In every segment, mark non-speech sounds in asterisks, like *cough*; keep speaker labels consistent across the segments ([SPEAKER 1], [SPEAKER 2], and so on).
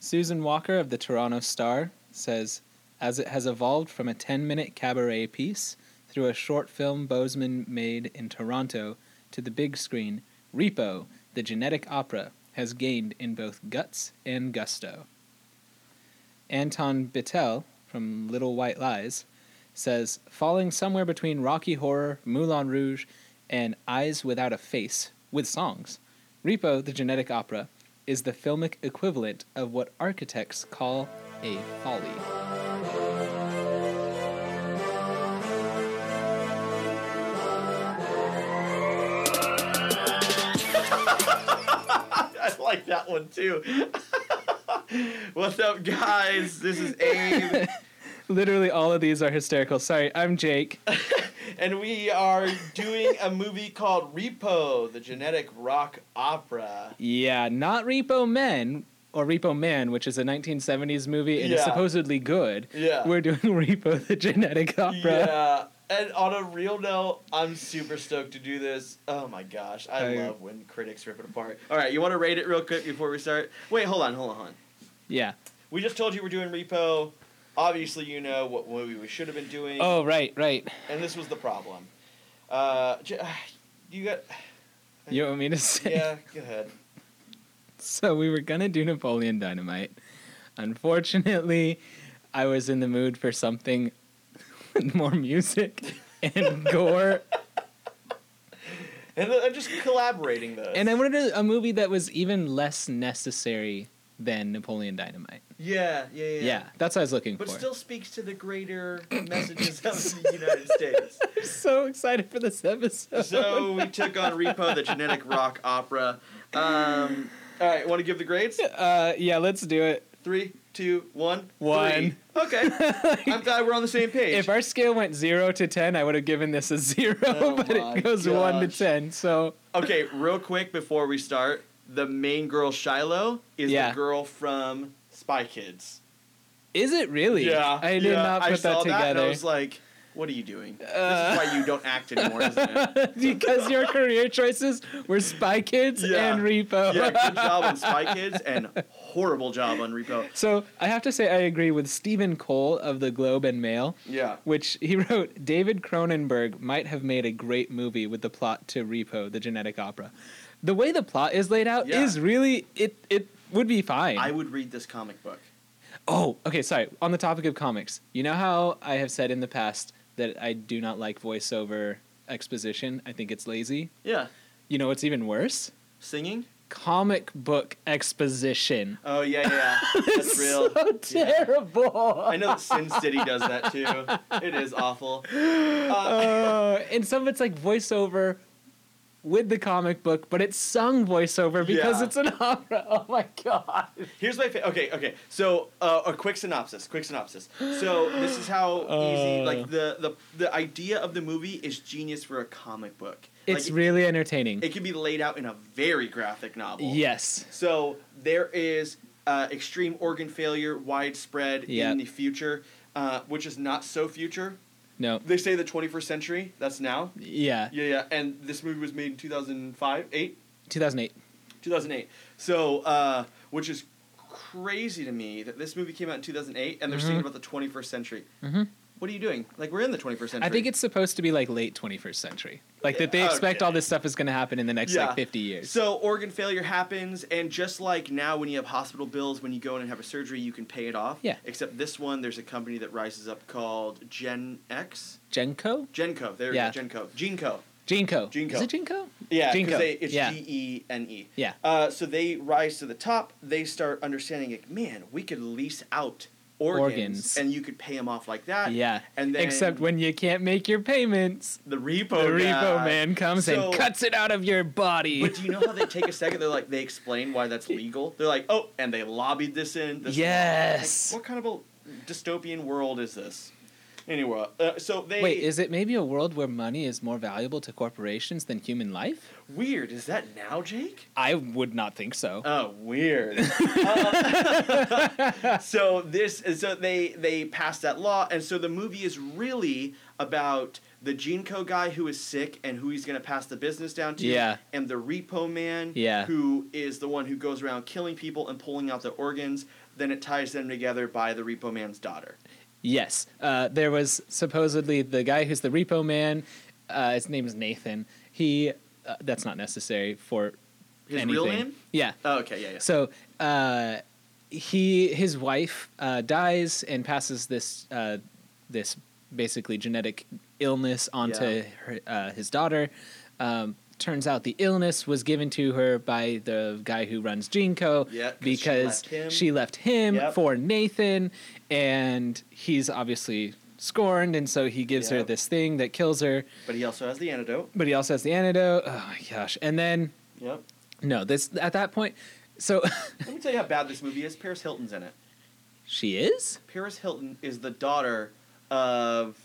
[SPEAKER 1] Susan Walker of the Toronto Star says, as it has evolved from a 10 minute cabaret piece through a short film Bozeman made in Toronto to the big screen, Repo, the genetic opera, has gained in both guts and gusto. Anton Bittel from Little White Lies says, falling somewhere between Rocky Horror, Moulin Rouge, and Eyes Without a Face with songs. Repo, the genetic opera, is the filmic equivalent of what architects call a folly.
[SPEAKER 2] *laughs* I like that one too. *laughs* What's up, guys? This is
[SPEAKER 1] *laughs*
[SPEAKER 2] Abe,
[SPEAKER 1] Literally, all of these are hysterical. Sorry, I'm
[SPEAKER 2] *laughs*
[SPEAKER 1] Jake.
[SPEAKER 2] and we are doing a movie called Repo, the genetic rock opera.
[SPEAKER 1] Yeah, not Repo Men or Repo Man, which is a 1970s movie and is
[SPEAKER 2] Yeah.
[SPEAKER 1] supposedly good.
[SPEAKER 2] Yeah.
[SPEAKER 1] We're doing *laughs* Repo the Genetic Opera.
[SPEAKER 2] Yeah. And on a real note, I'm super stoked to do this. Oh my gosh, I,
[SPEAKER 1] I-
[SPEAKER 2] love when critics rip it apart. All right, you want to rate it real quick before we start? Wait, hold on, hold on, hold on.
[SPEAKER 1] Yeah.
[SPEAKER 2] We just told you we're doing Repo. Obviously, you know what movie we should have been doing.
[SPEAKER 1] Oh, right, right.
[SPEAKER 2] And this was the problem. Uh, j- *sighs* you got.
[SPEAKER 1] You want me to say?
[SPEAKER 2] Yeah, go ahead.
[SPEAKER 1] *laughs* So we were gonna do Napoleon Dynamite. Unfortunately, I was in the mood for something *laughs* with more music and gore,
[SPEAKER 2] And I'm just collaborating those.
[SPEAKER 1] and I wanted a, a movie that was even less necessary than Napoleon Dynamite.
[SPEAKER 2] yeah, yeah, yeah.
[SPEAKER 1] Yeah, that's what I was looking
[SPEAKER 2] But
[SPEAKER 1] for.
[SPEAKER 2] still speaks to the *coughs* greater messages of the United States.
[SPEAKER 1] I'm *laughs* so excited for this episode.
[SPEAKER 2] So we took on Repo, the genetic rock opera. Um, all right, want to give the grades?
[SPEAKER 1] *laughs* uh, yeah, let's do it. *laughs*
[SPEAKER 2] Three, two, one.
[SPEAKER 1] One.
[SPEAKER 2] three.
[SPEAKER 1] *laughs*
[SPEAKER 2] Okay. I'm glad we're on the same page.
[SPEAKER 1] If our scale went zero to ten, I would have given this a zero, *laughs*
[SPEAKER 2] Oh
[SPEAKER 1] but
[SPEAKER 2] my
[SPEAKER 1] it goes one to
[SPEAKER 2] gosh.
[SPEAKER 1] ten. So
[SPEAKER 2] Okay, real quick before we start, the main girl Shiloh is
[SPEAKER 1] Yeah.
[SPEAKER 2] the girl from Spy Kids.
[SPEAKER 1] is it really? I did
[SPEAKER 2] yeah,
[SPEAKER 1] not
[SPEAKER 2] I
[SPEAKER 1] put that
[SPEAKER 2] saw
[SPEAKER 1] together.
[SPEAKER 2] and I was like, "What are you doing?
[SPEAKER 1] Uh.
[SPEAKER 2] this is why you don't act anymore, isn't
[SPEAKER 1] *laughs*
[SPEAKER 2] it?"
[SPEAKER 1] because your career choices were Spy Kids
[SPEAKER 2] Yeah.
[SPEAKER 1] and Repo.
[SPEAKER 2] yeah, good job on Spy Kids and horrible job on Repo.
[SPEAKER 1] *laughs* So I have to say I agree with Stephen Cole of the Globe and Mail,
[SPEAKER 2] Yeah,
[SPEAKER 1] which he *laughs* wrote David Cronenberg might have made a great movie with the plot to Repo, the genetic opera. The way the plot is laid out
[SPEAKER 2] Yeah.
[SPEAKER 1] is really it it would be fine.
[SPEAKER 2] I would read this comic book.
[SPEAKER 1] oh, okay, sorry. On the topic of comics, you know how I have said in the past that I do not like voiceover exposition. I think it's lazy.
[SPEAKER 2] Yeah,
[SPEAKER 1] You know what's even worse?
[SPEAKER 2] singing.
[SPEAKER 1] comic book exposition.
[SPEAKER 2] Oh yeah,
[SPEAKER 1] *laughs*
[SPEAKER 2] yeah, that's real.
[SPEAKER 1] So terrible.
[SPEAKER 2] I know that Sin City does that too. It is awful.
[SPEAKER 1] Uh, and some of it's like voiceover with the comic book, but it's sung voiceover because
[SPEAKER 2] Yeah.
[SPEAKER 1] it's an opera. *laughs* Oh my god.
[SPEAKER 2] Here's my fa- okay, okay. So uh, a quick synopsis, quick synopsis. So this is how
[SPEAKER 1] Uh.
[SPEAKER 2] easy, like the the the idea of the movie is genius for a comic book.
[SPEAKER 1] It's
[SPEAKER 2] like,
[SPEAKER 1] really entertaining.
[SPEAKER 2] it can be laid out in a very graphic novel.
[SPEAKER 1] yes.
[SPEAKER 2] So there is uh, extreme organ failure widespread
[SPEAKER 1] Yep.
[SPEAKER 2] in the future, uh, which is not so future.
[SPEAKER 1] No.
[SPEAKER 2] They say the 21st century. That's now.
[SPEAKER 1] Yeah.
[SPEAKER 2] Yeah, yeah. And this movie was made in 2005, eight.
[SPEAKER 1] 2008.
[SPEAKER 2] 2008. So, uh, which is crazy to me that this movie came out in 2008 and they're
[SPEAKER 1] Mm-hmm.
[SPEAKER 2] singing about the 21st century.
[SPEAKER 1] Mhm.
[SPEAKER 2] What are you doing? Like, we're in the 21st century.
[SPEAKER 1] I think it's supposed to be like late 21st century. Like that they expect
[SPEAKER 2] Okay.
[SPEAKER 1] all this stuff is going to happen in the next
[SPEAKER 2] Yeah.
[SPEAKER 1] like 50 years.
[SPEAKER 2] So, organ failure happens, and just like now when you have hospital bills, when you go in and have a surgery, you can pay it off.
[SPEAKER 1] Yeah.
[SPEAKER 2] Except this one, there's a company that rises up called Gen X?
[SPEAKER 1] Genko?
[SPEAKER 2] Genco. There
[SPEAKER 1] Yeah.
[SPEAKER 2] we go. Genco. Genco.
[SPEAKER 1] Genko.
[SPEAKER 2] Genko.
[SPEAKER 1] Is it Genko?
[SPEAKER 2] Yeah,
[SPEAKER 1] Jinko.
[SPEAKER 2] because it's
[SPEAKER 1] Yeah.
[SPEAKER 2] G E N E.
[SPEAKER 1] Yeah.
[SPEAKER 2] Uh, so they rise to the top. They start understanding, like, man, we could lease out organs,
[SPEAKER 1] Organs.
[SPEAKER 2] and you could pay them off like that.
[SPEAKER 1] Yeah.
[SPEAKER 2] And then
[SPEAKER 1] Except when you can't make your payments.
[SPEAKER 2] the repo
[SPEAKER 1] the repo
[SPEAKER 2] guy-
[SPEAKER 1] man comes and
[SPEAKER 2] So-
[SPEAKER 1] cuts it out of your body.
[SPEAKER 2] *laughs* But do you know how they take a second? They're like, they explain why that's legal. They're like, oh, and they lobbied this in. This law."
[SPEAKER 1] Yes.
[SPEAKER 2] Like, what kind of a dystopian world is this? Anyway, uh, so they
[SPEAKER 1] Wait, is it maybe a world where money is more valuable to corporations than human life?
[SPEAKER 2] weird. Is that now, Jake?
[SPEAKER 1] I would not think so.
[SPEAKER 2] Oh,
[SPEAKER 1] *laughs*
[SPEAKER 2] weird. Uh, *laughs* so this, so they they passed that law, and so the movie is really about the Genco guy who is sick and who he's gonna pass the business down to,
[SPEAKER 1] Yeah.
[SPEAKER 2] and the repo man
[SPEAKER 1] Yeah.
[SPEAKER 2] who is the one who goes around killing people and pulling out their organs. Then it ties them together by the repo man's daughter.
[SPEAKER 1] Yes. Uh, there was supposedly the guy who's the repo man. Uh, his name is Nathan. He. Uh, that's not necessary for
[SPEAKER 2] His
[SPEAKER 1] anything.
[SPEAKER 2] real name?
[SPEAKER 1] Yeah.
[SPEAKER 2] Oh, okay, yeah, yeah.
[SPEAKER 1] So uh, he his wife uh, dies and passes this uh, this basically genetic illness onto
[SPEAKER 2] Yeah.
[SPEAKER 1] her, uh, his daughter. Um, turns out the illness was given to her by the guy who runs Genco
[SPEAKER 2] Yeah, 'cause she
[SPEAKER 1] because
[SPEAKER 2] left him.
[SPEAKER 1] she left him
[SPEAKER 2] Yep.
[SPEAKER 1] for Nathan, and he's obviously scorned, and so he gives her
[SPEAKER 2] Yep.
[SPEAKER 1] this thing that kills her.
[SPEAKER 2] but he also has the antidote.
[SPEAKER 1] But he also has the antidote. Oh my gosh! And then
[SPEAKER 2] Yep.
[SPEAKER 1] no, this at that point. So *laughs*
[SPEAKER 2] Let me tell you how bad this movie is. Paris Hilton's in it.
[SPEAKER 1] she is.
[SPEAKER 2] Paris Hilton is the daughter of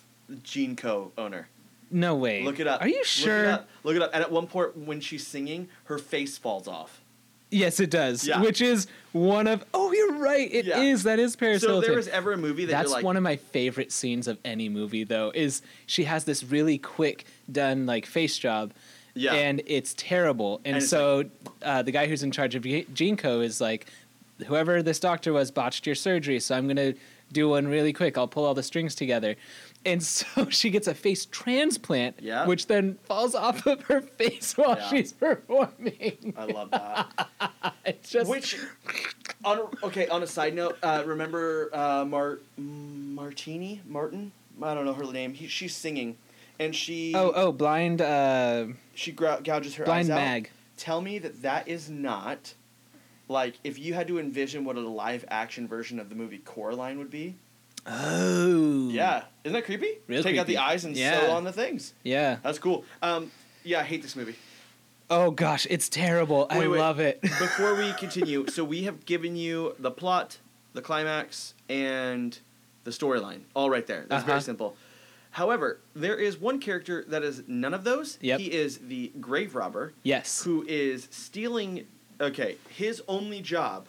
[SPEAKER 2] Gene Co. owner.
[SPEAKER 1] No way.
[SPEAKER 2] Look it up.
[SPEAKER 1] Are you
[SPEAKER 2] Look it
[SPEAKER 1] sure?
[SPEAKER 2] up. Look it up. And at one point when she's singing, her face falls off.
[SPEAKER 1] Yes, it does.
[SPEAKER 2] Yeah.
[SPEAKER 1] Which is one of. Oh, you're right. It is.
[SPEAKER 2] Yeah.
[SPEAKER 1] That is Paris
[SPEAKER 2] so if
[SPEAKER 1] Hilton.
[SPEAKER 2] there was ever a movie that
[SPEAKER 1] That's
[SPEAKER 2] you're like,
[SPEAKER 1] one of my favorite scenes of any movie, though. Is she has this really quick done like face job,
[SPEAKER 2] *laughs* yeah,
[SPEAKER 1] and it's terrible. And,
[SPEAKER 2] And it's
[SPEAKER 1] so uh, the guy who's in charge of Ge- Genco is like, whoever this doctor was botched your surgery, so I'm gonna do one really quick. I'll pull all the strings together. And *laughs* so she gets a face transplant,
[SPEAKER 2] Yeah.
[SPEAKER 1] which then falls off of her face *laughs* while
[SPEAKER 2] Yeah.
[SPEAKER 1] she's performing. *laughs*
[SPEAKER 2] I love that.
[SPEAKER 1] It's just
[SPEAKER 2] Which, on a- okay, on a side note, uh, remember uh, Mar- Martini Martin? I don't know her name. He, she's singing, and she
[SPEAKER 1] oh oh blind uh,
[SPEAKER 2] she grou- gouges her
[SPEAKER 1] blind
[SPEAKER 2] eyes out.
[SPEAKER 1] mag.
[SPEAKER 2] tell me that that is not like if you had to envision what a live action version of the movie Coraline would be.
[SPEAKER 1] Oh
[SPEAKER 2] Yeah, isn't that creepy?
[SPEAKER 1] Real
[SPEAKER 2] Take out the
[SPEAKER 1] creepy.
[SPEAKER 2] eyes and
[SPEAKER 1] Yeah.
[SPEAKER 2] sew on the things.
[SPEAKER 1] yeah.
[SPEAKER 2] That's cool. Um, yeah, I hate this movie.
[SPEAKER 1] Oh gosh, it's terrible. I
[SPEAKER 2] Wait, wait.
[SPEAKER 1] love it. *laughs*
[SPEAKER 2] Before we continue, so we have given you the plot, the climax, and the storyline all right there. That's
[SPEAKER 1] Uh-huh.
[SPEAKER 2] very simple. However, there is one character that is none of those.
[SPEAKER 1] Yep.
[SPEAKER 2] He is the grave robber.
[SPEAKER 1] yes.
[SPEAKER 2] who is stealing. Okay, his only job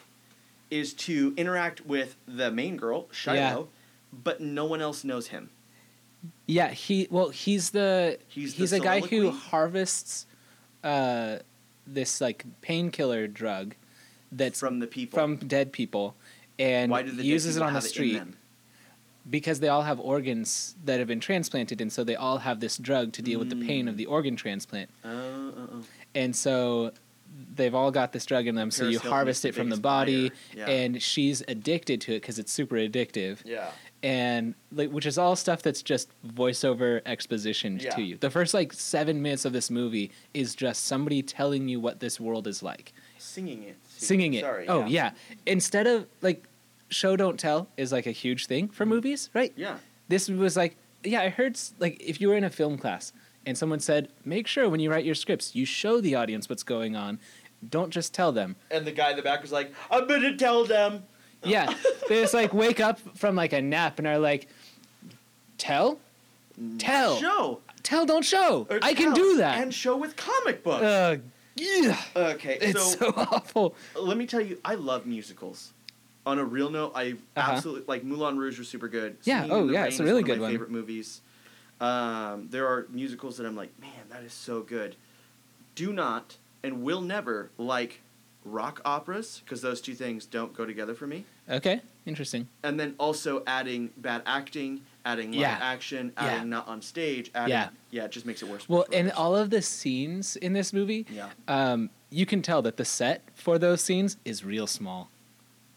[SPEAKER 2] is to interact with the main girl, Shiloh,
[SPEAKER 1] Yeah.
[SPEAKER 2] but no one else knows him.
[SPEAKER 1] Yeah, he well he's the he's,
[SPEAKER 2] He's the
[SPEAKER 1] a guy who
[SPEAKER 2] soliloquy?
[SPEAKER 1] harvests uh, this like painkiller drug that's from,
[SPEAKER 2] from the people.
[SPEAKER 1] dead people and
[SPEAKER 2] Why do the dead
[SPEAKER 1] uses it
[SPEAKER 2] people
[SPEAKER 1] on the
[SPEAKER 2] have in
[SPEAKER 1] street
[SPEAKER 2] them?
[SPEAKER 1] because they all have organs that have been transplanted and so they all have this drug to deal with the pain of
[SPEAKER 2] Mm.
[SPEAKER 1] the organ transplant.
[SPEAKER 2] Oh, oh, oh.
[SPEAKER 1] and so they've all got this drug in them so
[SPEAKER 2] Paris
[SPEAKER 1] you
[SPEAKER 2] Hilton
[SPEAKER 1] harvest
[SPEAKER 2] is
[SPEAKER 1] it
[SPEAKER 2] the
[SPEAKER 1] from the
[SPEAKER 2] biggest
[SPEAKER 1] body
[SPEAKER 2] buyer. Yeah.
[SPEAKER 1] and she's addicted to it because it's super addictive
[SPEAKER 2] Yeah.
[SPEAKER 1] and like which is all stuff that's just voiceover exposition
[SPEAKER 2] Yeah.
[SPEAKER 1] to you the first like seven minutes of this movie is just somebody telling you what this world is like
[SPEAKER 2] Singing it.
[SPEAKER 1] singing it
[SPEAKER 2] Sorry.
[SPEAKER 1] oh yeah. instead of like show don't tell is like a huge thing for movies right
[SPEAKER 2] Mm-hmm. Yeah.
[SPEAKER 1] this was like yeah i heard s- like if you were in a film class and someone said make sure when you write your scripts you show the audience what's going on don't just tell them
[SPEAKER 2] And the guy in the back was like, I'm going to tell them. *laughs*
[SPEAKER 1] yeah they just like wake up from like a nap and are like tell
[SPEAKER 2] Mm.
[SPEAKER 1] tell
[SPEAKER 2] Show.
[SPEAKER 1] tell don't show
[SPEAKER 2] or
[SPEAKER 1] i can
[SPEAKER 2] Uh, tell,
[SPEAKER 1] do that
[SPEAKER 2] And show with comic books.
[SPEAKER 1] uh, yeah.
[SPEAKER 2] okay,
[SPEAKER 1] it's so,
[SPEAKER 2] so
[SPEAKER 1] *laughs* awful
[SPEAKER 2] let me tell you, I love musicals. On a real note, I
[SPEAKER 1] Uh-huh.
[SPEAKER 2] absolutely like Moulin Rouge was super good.
[SPEAKER 1] Yeah,
[SPEAKER 2] Singing in
[SPEAKER 1] oh,
[SPEAKER 2] the
[SPEAKER 1] yeah,
[SPEAKER 2] Rain
[SPEAKER 1] it's a
[SPEAKER 2] is
[SPEAKER 1] really
[SPEAKER 2] one of
[SPEAKER 1] good
[SPEAKER 2] my
[SPEAKER 1] one.
[SPEAKER 2] Favorite movies. Um, there are musicals that I'm like, man, that is so good. Do not and will never like rock operas because those two things don't go together for me.
[SPEAKER 1] okay interesting
[SPEAKER 2] And then also adding bad acting, adding live
[SPEAKER 1] Yeah.
[SPEAKER 2] action,
[SPEAKER 1] Yeah.
[SPEAKER 2] adding not on stage, adding
[SPEAKER 1] Yeah.
[SPEAKER 2] yeah, it just makes it worse.
[SPEAKER 1] well
[SPEAKER 2] worse,
[SPEAKER 1] and
[SPEAKER 2] worse.
[SPEAKER 1] all of the scenes in this movie
[SPEAKER 2] yeah.
[SPEAKER 1] um, you can tell that the set for those scenes is real small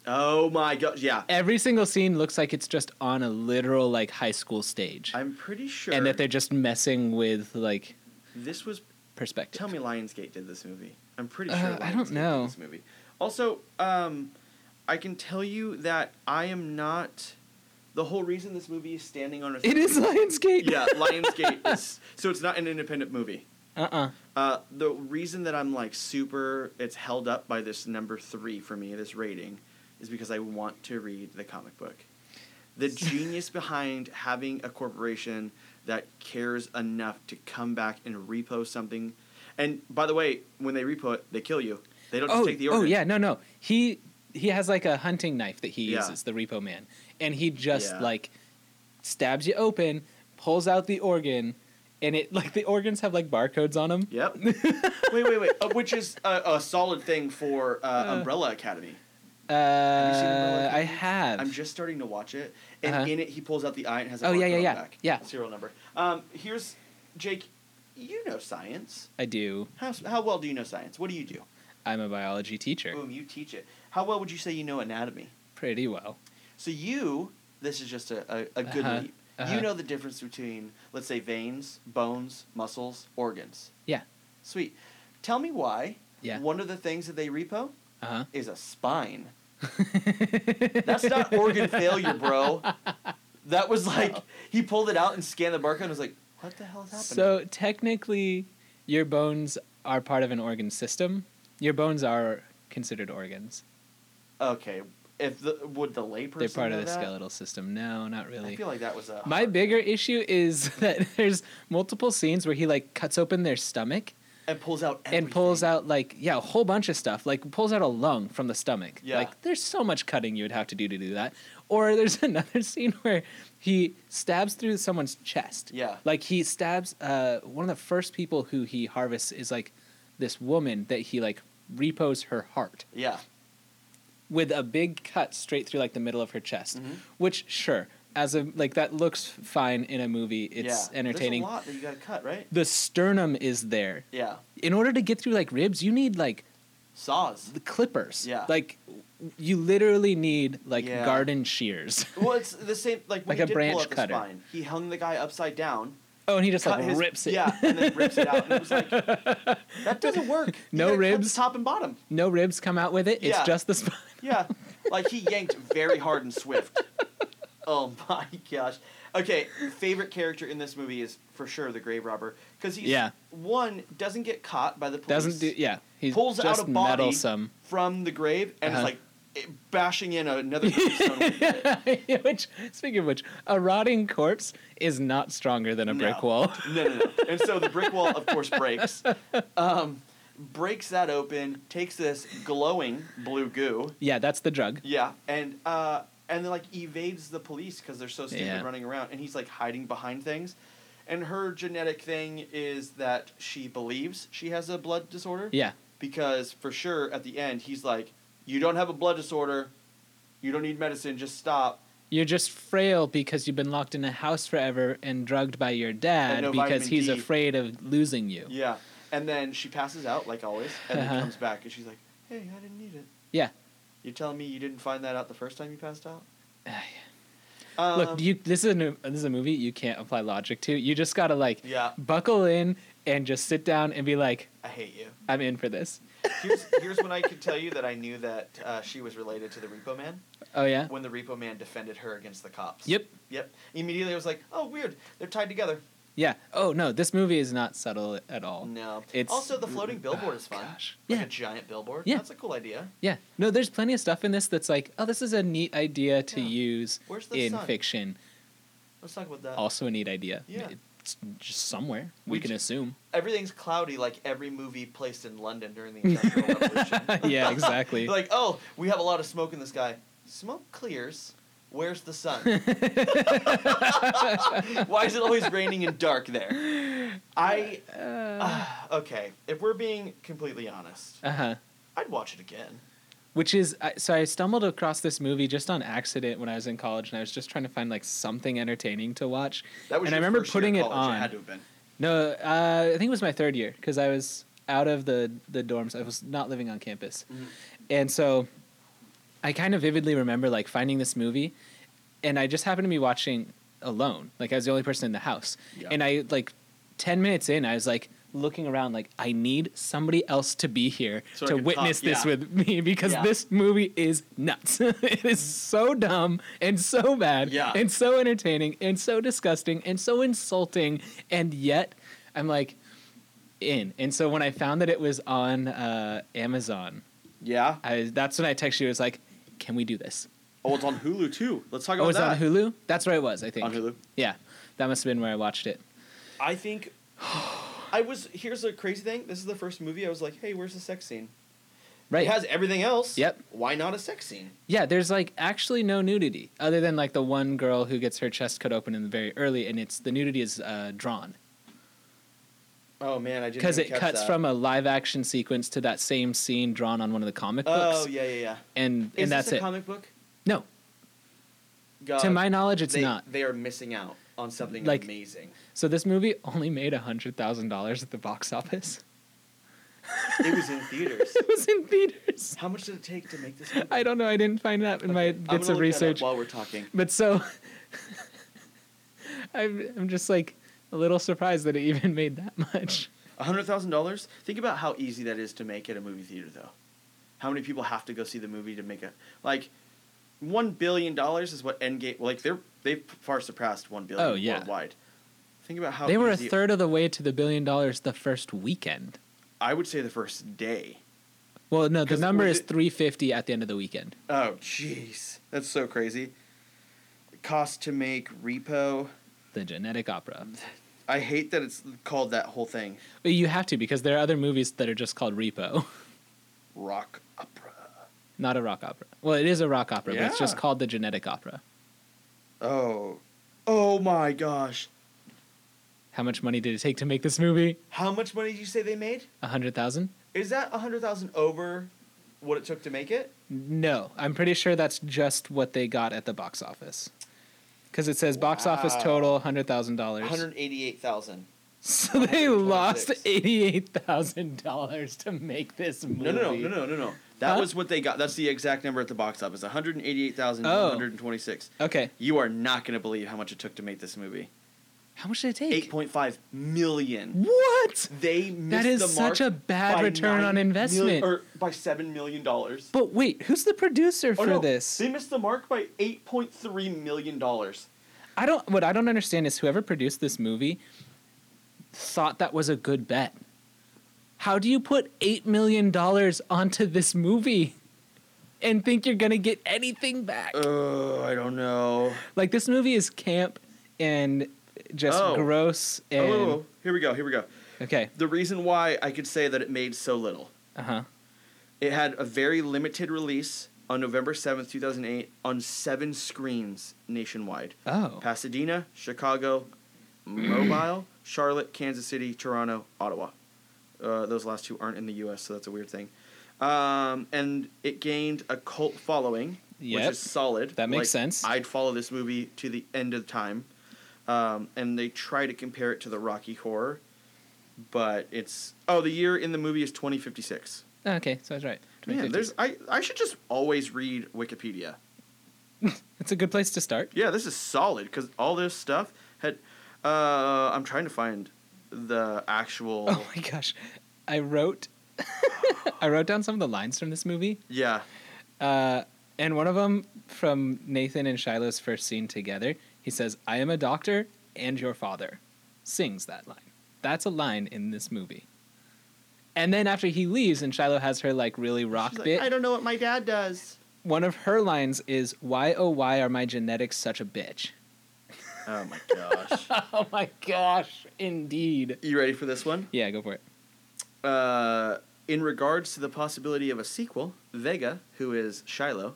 [SPEAKER 2] Oh my god, yeah.
[SPEAKER 1] every single scene looks like it's just on a literal like high school stage
[SPEAKER 2] I'm pretty sure.
[SPEAKER 1] and that they're just messing with like
[SPEAKER 2] this was
[SPEAKER 1] perspective
[SPEAKER 2] Tell me Lionsgate did this movie. I'm pretty
[SPEAKER 1] Uh,
[SPEAKER 2] sure.
[SPEAKER 1] I don't
[SPEAKER 2] Lionsgate
[SPEAKER 1] know.
[SPEAKER 2] Did this movie. Also, um, I can tell you that I am not. The whole reason this movie is standing on its.
[SPEAKER 1] *laughs* it is *laughs* lionsgate
[SPEAKER 2] Yeah, Lionsgate is. So it's not an independent movie.
[SPEAKER 1] uh-uh
[SPEAKER 2] Uh, the reason that I'm like super, it's held up by this number three for me, this rating, is because I want to read the comic book.
[SPEAKER 1] *laughs*
[SPEAKER 2] The genius behind having a corporation that cares enough to come back and repo something, and by the way, when they repo it, they kill you. They don't just
[SPEAKER 1] oh,
[SPEAKER 2] take the
[SPEAKER 1] oh
[SPEAKER 2] organ.
[SPEAKER 1] yeah no no he he has like a hunting knife that he
[SPEAKER 2] Yeah.
[SPEAKER 1] uses the repo man and he just
[SPEAKER 2] Yeah.
[SPEAKER 1] like stabs you open pulls out the organ and it like the organs have like barcodes on them. *laughs*
[SPEAKER 2] Yep. wait, wait, wait. Uh, which is a, a solid thing for uh, Umbrella Academy.
[SPEAKER 1] Uh,
[SPEAKER 2] you seen Umbrella
[SPEAKER 1] I
[SPEAKER 2] Academy?
[SPEAKER 1] have.
[SPEAKER 2] I'm just starting to watch it, and
[SPEAKER 1] Uh-huh.
[SPEAKER 2] in it he pulls out the eye and has a
[SPEAKER 1] Oh, yeah,
[SPEAKER 2] barcode
[SPEAKER 1] yeah,
[SPEAKER 2] on the
[SPEAKER 1] yeah.
[SPEAKER 2] back.
[SPEAKER 1] Yeah.
[SPEAKER 2] Serial number. Um, here's Jake. You know science.
[SPEAKER 1] I do.
[SPEAKER 2] How how well do you know science? What do you do?
[SPEAKER 1] I'm a biology teacher.
[SPEAKER 2] Boom, you teach it. How well would you say you know anatomy?
[SPEAKER 1] Pretty well.
[SPEAKER 2] So you, this is just a, a, a good
[SPEAKER 1] Uh-huh,
[SPEAKER 2] leap.
[SPEAKER 1] uh-huh.
[SPEAKER 2] You know the difference between, let's say, veins, bones, muscles, organs.
[SPEAKER 1] Yeah.
[SPEAKER 2] Sweet. Tell me why
[SPEAKER 1] Yeah.
[SPEAKER 2] one of the things that they repo
[SPEAKER 1] Uh
[SPEAKER 2] is a
[SPEAKER 1] *laughs*
[SPEAKER 2] spine.
[SPEAKER 1] huh.
[SPEAKER 2] That's not organ failure, bro. That was like, he pulled it out and scanned the barcode and was like, what the hell is happening?
[SPEAKER 1] So technically, your bones are part of an organ system. Your bones are considered organs.
[SPEAKER 2] okay, if the, would the layperson
[SPEAKER 1] They're part of
[SPEAKER 2] know
[SPEAKER 1] the
[SPEAKER 2] that?
[SPEAKER 1] skeletal system. No, not
[SPEAKER 2] I
[SPEAKER 1] really.
[SPEAKER 2] feel like that was a
[SPEAKER 1] My bigger issue is *laughs* that there's multiple scenes where he like cuts open their stomach
[SPEAKER 2] and pulls out
[SPEAKER 1] and pulls
[SPEAKER 2] everything.
[SPEAKER 1] out like yeah a whole bunch of stuff like pulls out a lung from the stomach
[SPEAKER 2] Yeah.
[SPEAKER 1] like there's so much cutting you would have to do to do that or there's *laughs* another scene where he stabs through someone's chest
[SPEAKER 2] Yeah.
[SPEAKER 1] like he stabs uh, one of the first people who he harvests is like this woman that he like repos her heart
[SPEAKER 2] Yeah.
[SPEAKER 1] with a big cut straight through like the middle of her chest
[SPEAKER 2] Mhm.
[SPEAKER 1] which sure as a like that looks fine in a movie it's
[SPEAKER 2] yeah.
[SPEAKER 1] entertaining
[SPEAKER 2] There's a lot that you gotta cut, right?
[SPEAKER 1] the sternum is there
[SPEAKER 2] Yeah.
[SPEAKER 1] in order to get through like ribs you need like
[SPEAKER 2] Saws.
[SPEAKER 1] the clippers.
[SPEAKER 2] Yeah.
[SPEAKER 1] Like you literally need like
[SPEAKER 2] Yeah.
[SPEAKER 1] garden shears. *laughs*
[SPEAKER 2] Well, it's the same. Like
[SPEAKER 1] Like
[SPEAKER 2] when he
[SPEAKER 1] a
[SPEAKER 2] did
[SPEAKER 1] branch
[SPEAKER 2] pull out the
[SPEAKER 1] cutter.
[SPEAKER 2] spine, he hung the guy upside down.
[SPEAKER 1] Oh, and he just
[SPEAKER 2] cut
[SPEAKER 1] like
[SPEAKER 2] his-
[SPEAKER 1] rips it.
[SPEAKER 2] Yeah, and then rips it out, and it was
[SPEAKER 1] *laughs*
[SPEAKER 2] like that doesn't work. You
[SPEAKER 1] No
[SPEAKER 2] gotta cut the
[SPEAKER 1] ribs.
[SPEAKER 2] top and bottom.
[SPEAKER 1] No ribs come out with it. It's
[SPEAKER 2] Yeah.
[SPEAKER 1] just the spine. *laughs*
[SPEAKER 2] Yeah, like he yanked very hard and swift. Oh my gosh. Okay, favorite character in this movie is for sure the grave robber because he's
[SPEAKER 1] Yeah.
[SPEAKER 2] one doesn't get caught by the police.
[SPEAKER 1] Doesn't do. Yeah. He's
[SPEAKER 2] Pulls out
[SPEAKER 1] just
[SPEAKER 2] a body.
[SPEAKER 1] meddlesome. *laughs*
[SPEAKER 2] from the grave and
[SPEAKER 1] Uh-huh.
[SPEAKER 2] it's like eh, bashing
[SPEAKER 1] *laughs*
[SPEAKER 2] in another gravestone. with it.
[SPEAKER 1] which, speaking of which, a rotting corpse is not stronger than a brick
[SPEAKER 2] No.
[SPEAKER 1] wall. *laughs*
[SPEAKER 2] No, no, no. And so the brick wall, of course, breaks. Um, breaks that open, takes this glowing blue goo.
[SPEAKER 1] yeah, that's the drug.
[SPEAKER 2] Yeah, and uh, and then like evades the police because they're so stupid
[SPEAKER 1] Yeah.
[SPEAKER 2] running around, and he's like hiding behind things. And her genetic thing is that she believes she has a blood disorder.
[SPEAKER 1] Yeah.
[SPEAKER 2] Because for sure, at the end, he's like, "You don't have a blood disorder. You don't need medicine. Just stop."
[SPEAKER 1] You're just frail because you've been locked in a house forever and drugged by your dad
[SPEAKER 2] no
[SPEAKER 1] because
[SPEAKER 2] vitamin
[SPEAKER 1] he's
[SPEAKER 2] D.
[SPEAKER 1] afraid of losing you.
[SPEAKER 2] Yeah. And then she passes out like always, and
[SPEAKER 1] Uh-huh.
[SPEAKER 2] then comes back and she's like, "Hey, I didn't need it."
[SPEAKER 1] Yeah.
[SPEAKER 2] You're telling me you didn't find that out the first time you passed
[SPEAKER 1] *sighs*
[SPEAKER 2] out?
[SPEAKER 1] Ah,
[SPEAKER 2] Um,
[SPEAKER 1] Look, you this is a new- this is a movie you can't apply logic to. You just gotta like
[SPEAKER 2] Yeah.
[SPEAKER 1] buckle in and just sit down and be like,
[SPEAKER 2] I hate you.
[SPEAKER 1] I'm in for this.
[SPEAKER 2] Here's here's when I could tell you that I knew that uh, she was related to the Repo Man
[SPEAKER 1] Oh yeah.
[SPEAKER 2] when the Repo Man defended her against the cops.
[SPEAKER 1] Yep.
[SPEAKER 2] Yep. Immediately I was like, "Oh, weird. They're tied together."
[SPEAKER 1] Yeah. Oh no, this movie is not subtle at all.
[SPEAKER 2] No.
[SPEAKER 1] Oh, It's- Mm, oh,
[SPEAKER 2] also the floating billboard is fun.
[SPEAKER 1] gosh.
[SPEAKER 2] Like
[SPEAKER 1] Yeah.
[SPEAKER 2] a giant billboard.
[SPEAKER 1] Yeah.
[SPEAKER 2] That's a cool idea.
[SPEAKER 1] Yeah. No, there's plenty of stuff in this that's like, oh, this is a neat idea to
[SPEAKER 2] Yeah.
[SPEAKER 1] use
[SPEAKER 2] Where's the
[SPEAKER 1] in
[SPEAKER 2] sun?
[SPEAKER 1] fiction.
[SPEAKER 2] Let's talk about that.
[SPEAKER 1] Also a neat idea.
[SPEAKER 2] Yeah.
[SPEAKER 1] It's just somewhere. We,
[SPEAKER 2] We
[SPEAKER 1] can
[SPEAKER 2] ju- *laughs*
[SPEAKER 1] assume. *laughs*
[SPEAKER 2] Everything's cloudy, like every movie placed in London during the
[SPEAKER 1] *laughs*
[SPEAKER 2] Industrial Revolution.
[SPEAKER 1] yeah,
[SPEAKER 2] *laughs*
[SPEAKER 1] exactly.
[SPEAKER 2] like, oh, we have a lot of smoke in the sky. Smoke clears. Where's the
[SPEAKER 1] *laughs*
[SPEAKER 2] sun? *laughs* Why is it always raining and dark there? I
[SPEAKER 1] uh
[SPEAKER 2] *sighs* okay. If we're being completely honest,
[SPEAKER 1] huh.
[SPEAKER 2] I'd watch it again.
[SPEAKER 1] Uh-huh. which is I- so i stumbled across this movie just on accident when i was in college and i was just trying to find like something entertaining to watch
[SPEAKER 2] That was
[SPEAKER 1] and i
[SPEAKER 2] your
[SPEAKER 1] remember
[SPEAKER 2] first year of
[SPEAKER 1] putting it
[SPEAKER 2] college,
[SPEAKER 1] on
[SPEAKER 2] had to have been.
[SPEAKER 1] no uh, i think it was my third year because i was out of the, the dorms i was not living on campus
[SPEAKER 2] Mm-hmm.
[SPEAKER 1] and so i kind of vividly remember like finding this movie and i just happened to be watching alone like i was the only person in the house
[SPEAKER 2] Yeah.
[SPEAKER 1] and i like 10 minutes in i was like looking around like i need somebody else to be here
[SPEAKER 2] So I
[SPEAKER 1] to
[SPEAKER 2] can
[SPEAKER 1] witness
[SPEAKER 2] talk,
[SPEAKER 1] this
[SPEAKER 2] yeah.
[SPEAKER 1] with me because
[SPEAKER 2] Yeah.
[SPEAKER 1] this movie is nuts *laughs* it is so dumb and so bad
[SPEAKER 2] Yeah.
[SPEAKER 1] and so entertaining and so disgusting and so insulting and yet i'm like in and so when i found that it was on uh, amazon
[SPEAKER 2] Yeah.
[SPEAKER 1] I, that's when i texted you it was like can we do this
[SPEAKER 2] Oh, it's on Hulu too. Let's talk
[SPEAKER 1] oh
[SPEAKER 2] about
[SPEAKER 1] was it
[SPEAKER 2] that.
[SPEAKER 1] on hulu that's where it was i think
[SPEAKER 2] On Hulu.
[SPEAKER 1] yeah that must have been where i watched it
[SPEAKER 2] I think I was. Here's the crazy thing. This is the first movie I was like, hey, where's the sex scene?
[SPEAKER 1] right
[SPEAKER 2] It has everything else.
[SPEAKER 1] Yep.
[SPEAKER 2] Why not a sex scene?
[SPEAKER 1] Yeah, there's like actually no nudity other than like the one girl who gets her chest cut open in the very early, and it's the nudity is uh, drawn.
[SPEAKER 2] Oh man, I didn't
[SPEAKER 1] because
[SPEAKER 2] even
[SPEAKER 1] it
[SPEAKER 2] catch
[SPEAKER 1] cuts
[SPEAKER 2] that.
[SPEAKER 1] from a live action sequence to that same scene drawn on one of the comic
[SPEAKER 2] Oh
[SPEAKER 1] books,
[SPEAKER 2] yeah, yeah, yeah.
[SPEAKER 1] and
[SPEAKER 2] Is
[SPEAKER 1] and that's
[SPEAKER 2] this a
[SPEAKER 1] it.
[SPEAKER 2] comic book?
[SPEAKER 1] no,
[SPEAKER 2] God,
[SPEAKER 1] to my knowledge, it's
[SPEAKER 2] they,
[SPEAKER 1] not.
[SPEAKER 2] They are missing out on something
[SPEAKER 1] Like-
[SPEAKER 2] amazing.
[SPEAKER 1] So this movie only made hundred thousand dollars at the box office. *laughs*
[SPEAKER 2] It was in theaters.
[SPEAKER 1] it was in theaters.
[SPEAKER 2] How much did it take to make this? Movie?
[SPEAKER 1] I don't know. I didn't find that in my
[SPEAKER 2] Okay, I'm
[SPEAKER 1] bits
[SPEAKER 2] gonna
[SPEAKER 1] of
[SPEAKER 2] look that up
[SPEAKER 1] research.
[SPEAKER 2] while we're talking.
[SPEAKER 1] But so, *laughs* I'm I'm just like a little surprised that it even made that much.
[SPEAKER 2] hundred thousand dollars. Think about how easy that is to make at a movie theater, though. How many people have to go see the movie to make a like one billion dollars is what Endgame like they're they've far surpassed one billion
[SPEAKER 1] Oh, yeah.
[SPEAKER 2] worldwide. Think about how
[SPEAKER 1] they were a
[SPEAKER 2] easy-
[SPEAKER 1] third of the way to the billion dollars the first weekend.
[SPEAKER 2] I would say the first day.
[SPEAKER 1] Well, no, the
[SPEAKER 2] 'Cause
[SPEAKER 1] number
[SPEAKER 2] was
[SPEAKER 1] is
[SPEAKER 2] it-
[SPEAKER 1] 350 at the end of the weekend.
[SPEAKER 2] Oh jeez, that's so crazy. Cost to make Repo.
[SPEAKER 1] The genetic opera.
[SPEAKER 2] Mm. I hate that it's called that whole thing
[SPEAKER 1] But you have to because there are other movies that are just called Repo, *laughs*
[SPEAKER 2] rock opera.
[SPEAKER 1] not a rock opera. Well, it is a rock opera, but it's just
[SPEAKER 2] Yeah.
[SPEAKER 1] called the genetic opera.
[SPEAKER 2] Oh, oh my gosh!
[SPEAKER 1] How much money did it take to make this movie?
[SPEAKER 2] How much money did you say they made?
[SPEAKER 1] A hundred thousand?
[SPEAKER 2] Is that a hundred thousand over what it took to make it?
[SPEAKER 1] No, I'm pretty sure that's just what they got at the box office. Because it says box office
[SPEAKER 2] Wow.
[SPEAKER 1] total hundred thousand dollars.
[SPEAKER 2] eighty-eight thousand.
[SPEAKER 1] *laughs* So they lost
[SPEAKER 2] 126.
[SPEAKER 1] eighty-eight thousand dollars to make this movie.
[SPEAKER 2] No, no, no, no, no, no, no. That
[SPEAKER 1] Huh?
[SPEAKER 2] was what they got. That's the exact number at the box office: one hundred eighty-eight thousand one hundred twenty-six.
[SPEAKER 1] Okay,
[SPEAKER 2] You are not going to believe how much it took to make this movie.
[SPEAKER 1] how much did it take?
[SPEAKER 2] Eight point five million.
[SPEAKER 1] What?
[SPEAKER 2] They missed
[SPEAKER 1] That is
[SPEAKER 2] the mark
[SPEAKER 1] such a bad
[SPEAKER 2] by
[SPEAKER 1] return on
[SPEAKER 2] nine
[SPEAKER 1] investment.
[SPEAKER 2] million- or by seven million dollars.
[SPEAKER 1] But wait, who's the producer for
[SPEAKER 2] Oh, no,
[SPEAKER 1] this?
[SPEAKER 2] they missed the mark by eight point three million dollars.
[SPEAKER 1] I don't. What I don't understand is whoever produced this movie thought that was a good bet. How do you put eight million dollars onto this movie and think you're gonna get anything back?
[SPEAKER 2] Oh, I don't know.
[SPEAKER 1] Like this movie is camp and just
[SPEAKER 2] Oh.
[SPEAKER 1] gross and
[SPEAKER 2] Oh, here we go. Here we go.
[SPEAKER 1] okay.
[SPEAKER 2] The reason why I could say that it made so little.
[SPEAKER 1] Uh huh.
[SPEAKER 2] It had a very limited release on November 7th, 2008, on seven screens nationwide
[SPEAKER 1] Oh.
[SPEAKER 2] Pasadena, Chicago, Mobile, Charlotte, Kansas City, Toronto, Ottawa. Uh, those last two aren't in the US, so that's a weird thing. Um, and it gained a cult following,
[SPEAKER 1] Yep.
[SPEAKER 2] which is solid.
[SPEAKER 1] That makes sense.
[SPEAKER 2] I'd follow this movie to the end of time. Um, and they try to compare it to the Rocky Horror, but it's. Oh, the year in the movie is 2056.
[SPEAKER 1] Okay, so I was right.
[SPEAKER 2] Man,
[SPEAKER 1] 2050.
[SPEAKER 2] there's I, I should just always read Wikipedia.
[SPEAKER 1] it's a good place to start.
[SPEAKER 2] Yeah, this is solid because all this stuff had. Uh, I'm trying to find the actual.
[SPEAKER 1] Oh my gosh, I wrote, *laughs* I wrote down some of the lines from this movie.
[SPEAKER 2] Yeah.
[SPEAKER 1] Uh, and one of them from Nathan and Shiloh's first scene together, he says, I am a doctor and your father. Sings that line. That's a line in this movie. And then after he leaves and Shiloh has her like really rock
[SPEAKER 2] She's like,
[SPEAKER 1] bit,
[SPEAKER 2] I don't know what my dad does.
[SPEAKER 1] one of her lines is, Why oh why are my genetics such a bitch? *laughs*
[SPEAKER 2] Oh my gosh.
[SPEAKER 1] Oh my gosh, indeed.
[SPEAKER 2] you ready for this one?
[SPEAKER 1] Yeah, go for it.
[SPEAKER 2] Uh, in regards to the possibility of a sequel, Vega, who is Shiloh,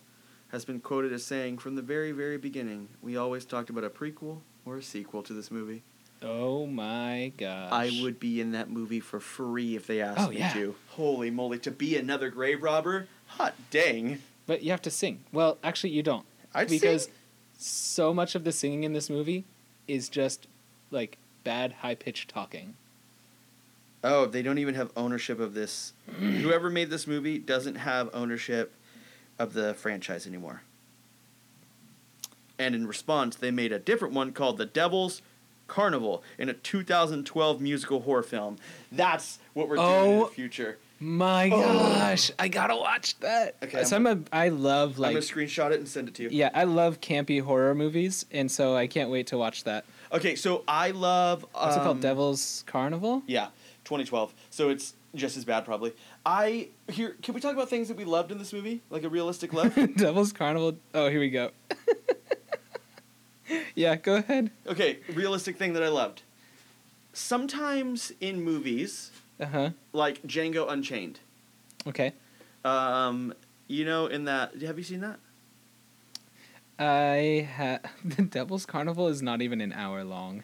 [SPEAKER 2] has been quoted as saying, "From the very, very beginning, we always talked about a prequel or a sequel to this movie.
[SPEAKER 1] Oh my gosh.
[SPEAKER 2] I would be in that movie for free if they asked
[SPEAKER 1] Oh,
[SPEAKER 2] me
[SPEAKER 1] yeah.
[SPEAKER 2] to. Holy moly, to be another grave robber? Hot dang.
[SPEAKER 1] But you have to sing. Well, actually, you don't.
[SPEAKER 2] I'd
[SPEAKER 1] because
[SPEAKER 2] sing.
[SPEAKER 1] so much of the singing in this movie is just like bad high pitched talking.
[SPEAKER 2] Oh, they don't even have ownership
[SPEAKER 1] *clears throat*
[SPEAKER 2] of this. Whoever made this movie doesn't have ownership of the franchise anymore. And in response, they made a different one called The Devil's Carnival in a 2012 musical horror film. That's what we're doing in
[SPEAKER 1] Oh.
[SPEAKER 2] the future.
[SPEAKER 1] My gosh, I gotta watch that.
[SPEAKER 2] Oh. Okay,
[SPEAKER 1] so I'm,
[SPEAKER 2] I'm-
[SPEAKER 1] a I love
[SPEAKER 2] I'm
[SPEAKER 1] like
[SPEAKER 2] going to screenshot it and send it to you.
[SPEAKER 1] yeah, I love campy horror movies, and so I can't wait to watch that.
[SPEAKER 2] Okay, so I love. Um,
[SPEAKER 1] What's it called? Devil's Carnival.
[SPEAKER 2] Yeah, 2012. So it's just as bad, probably. I here. Can we talk about things that we loved in this movie, like a realistic
[SPEAKER 1] *laughs*
[SPEAKER 2] love?
[SPEAKER 1] Devil's Carnival. Oh, here we go. *laughs* yeah, go ahead.
[SPEAKER 2] okay, realistic thing that I loved. Sometimes in movies,
[SPEAKER 1] Uh huh.
[SPEAKER 2] like Django Unchained,
[SPEAKER 1] Okay.
[SPEAKER 2] um, you know, in that have you seen that?
[SPEAKER 1] I ha- *laughs* the Devil's Carnival is not even an hour long.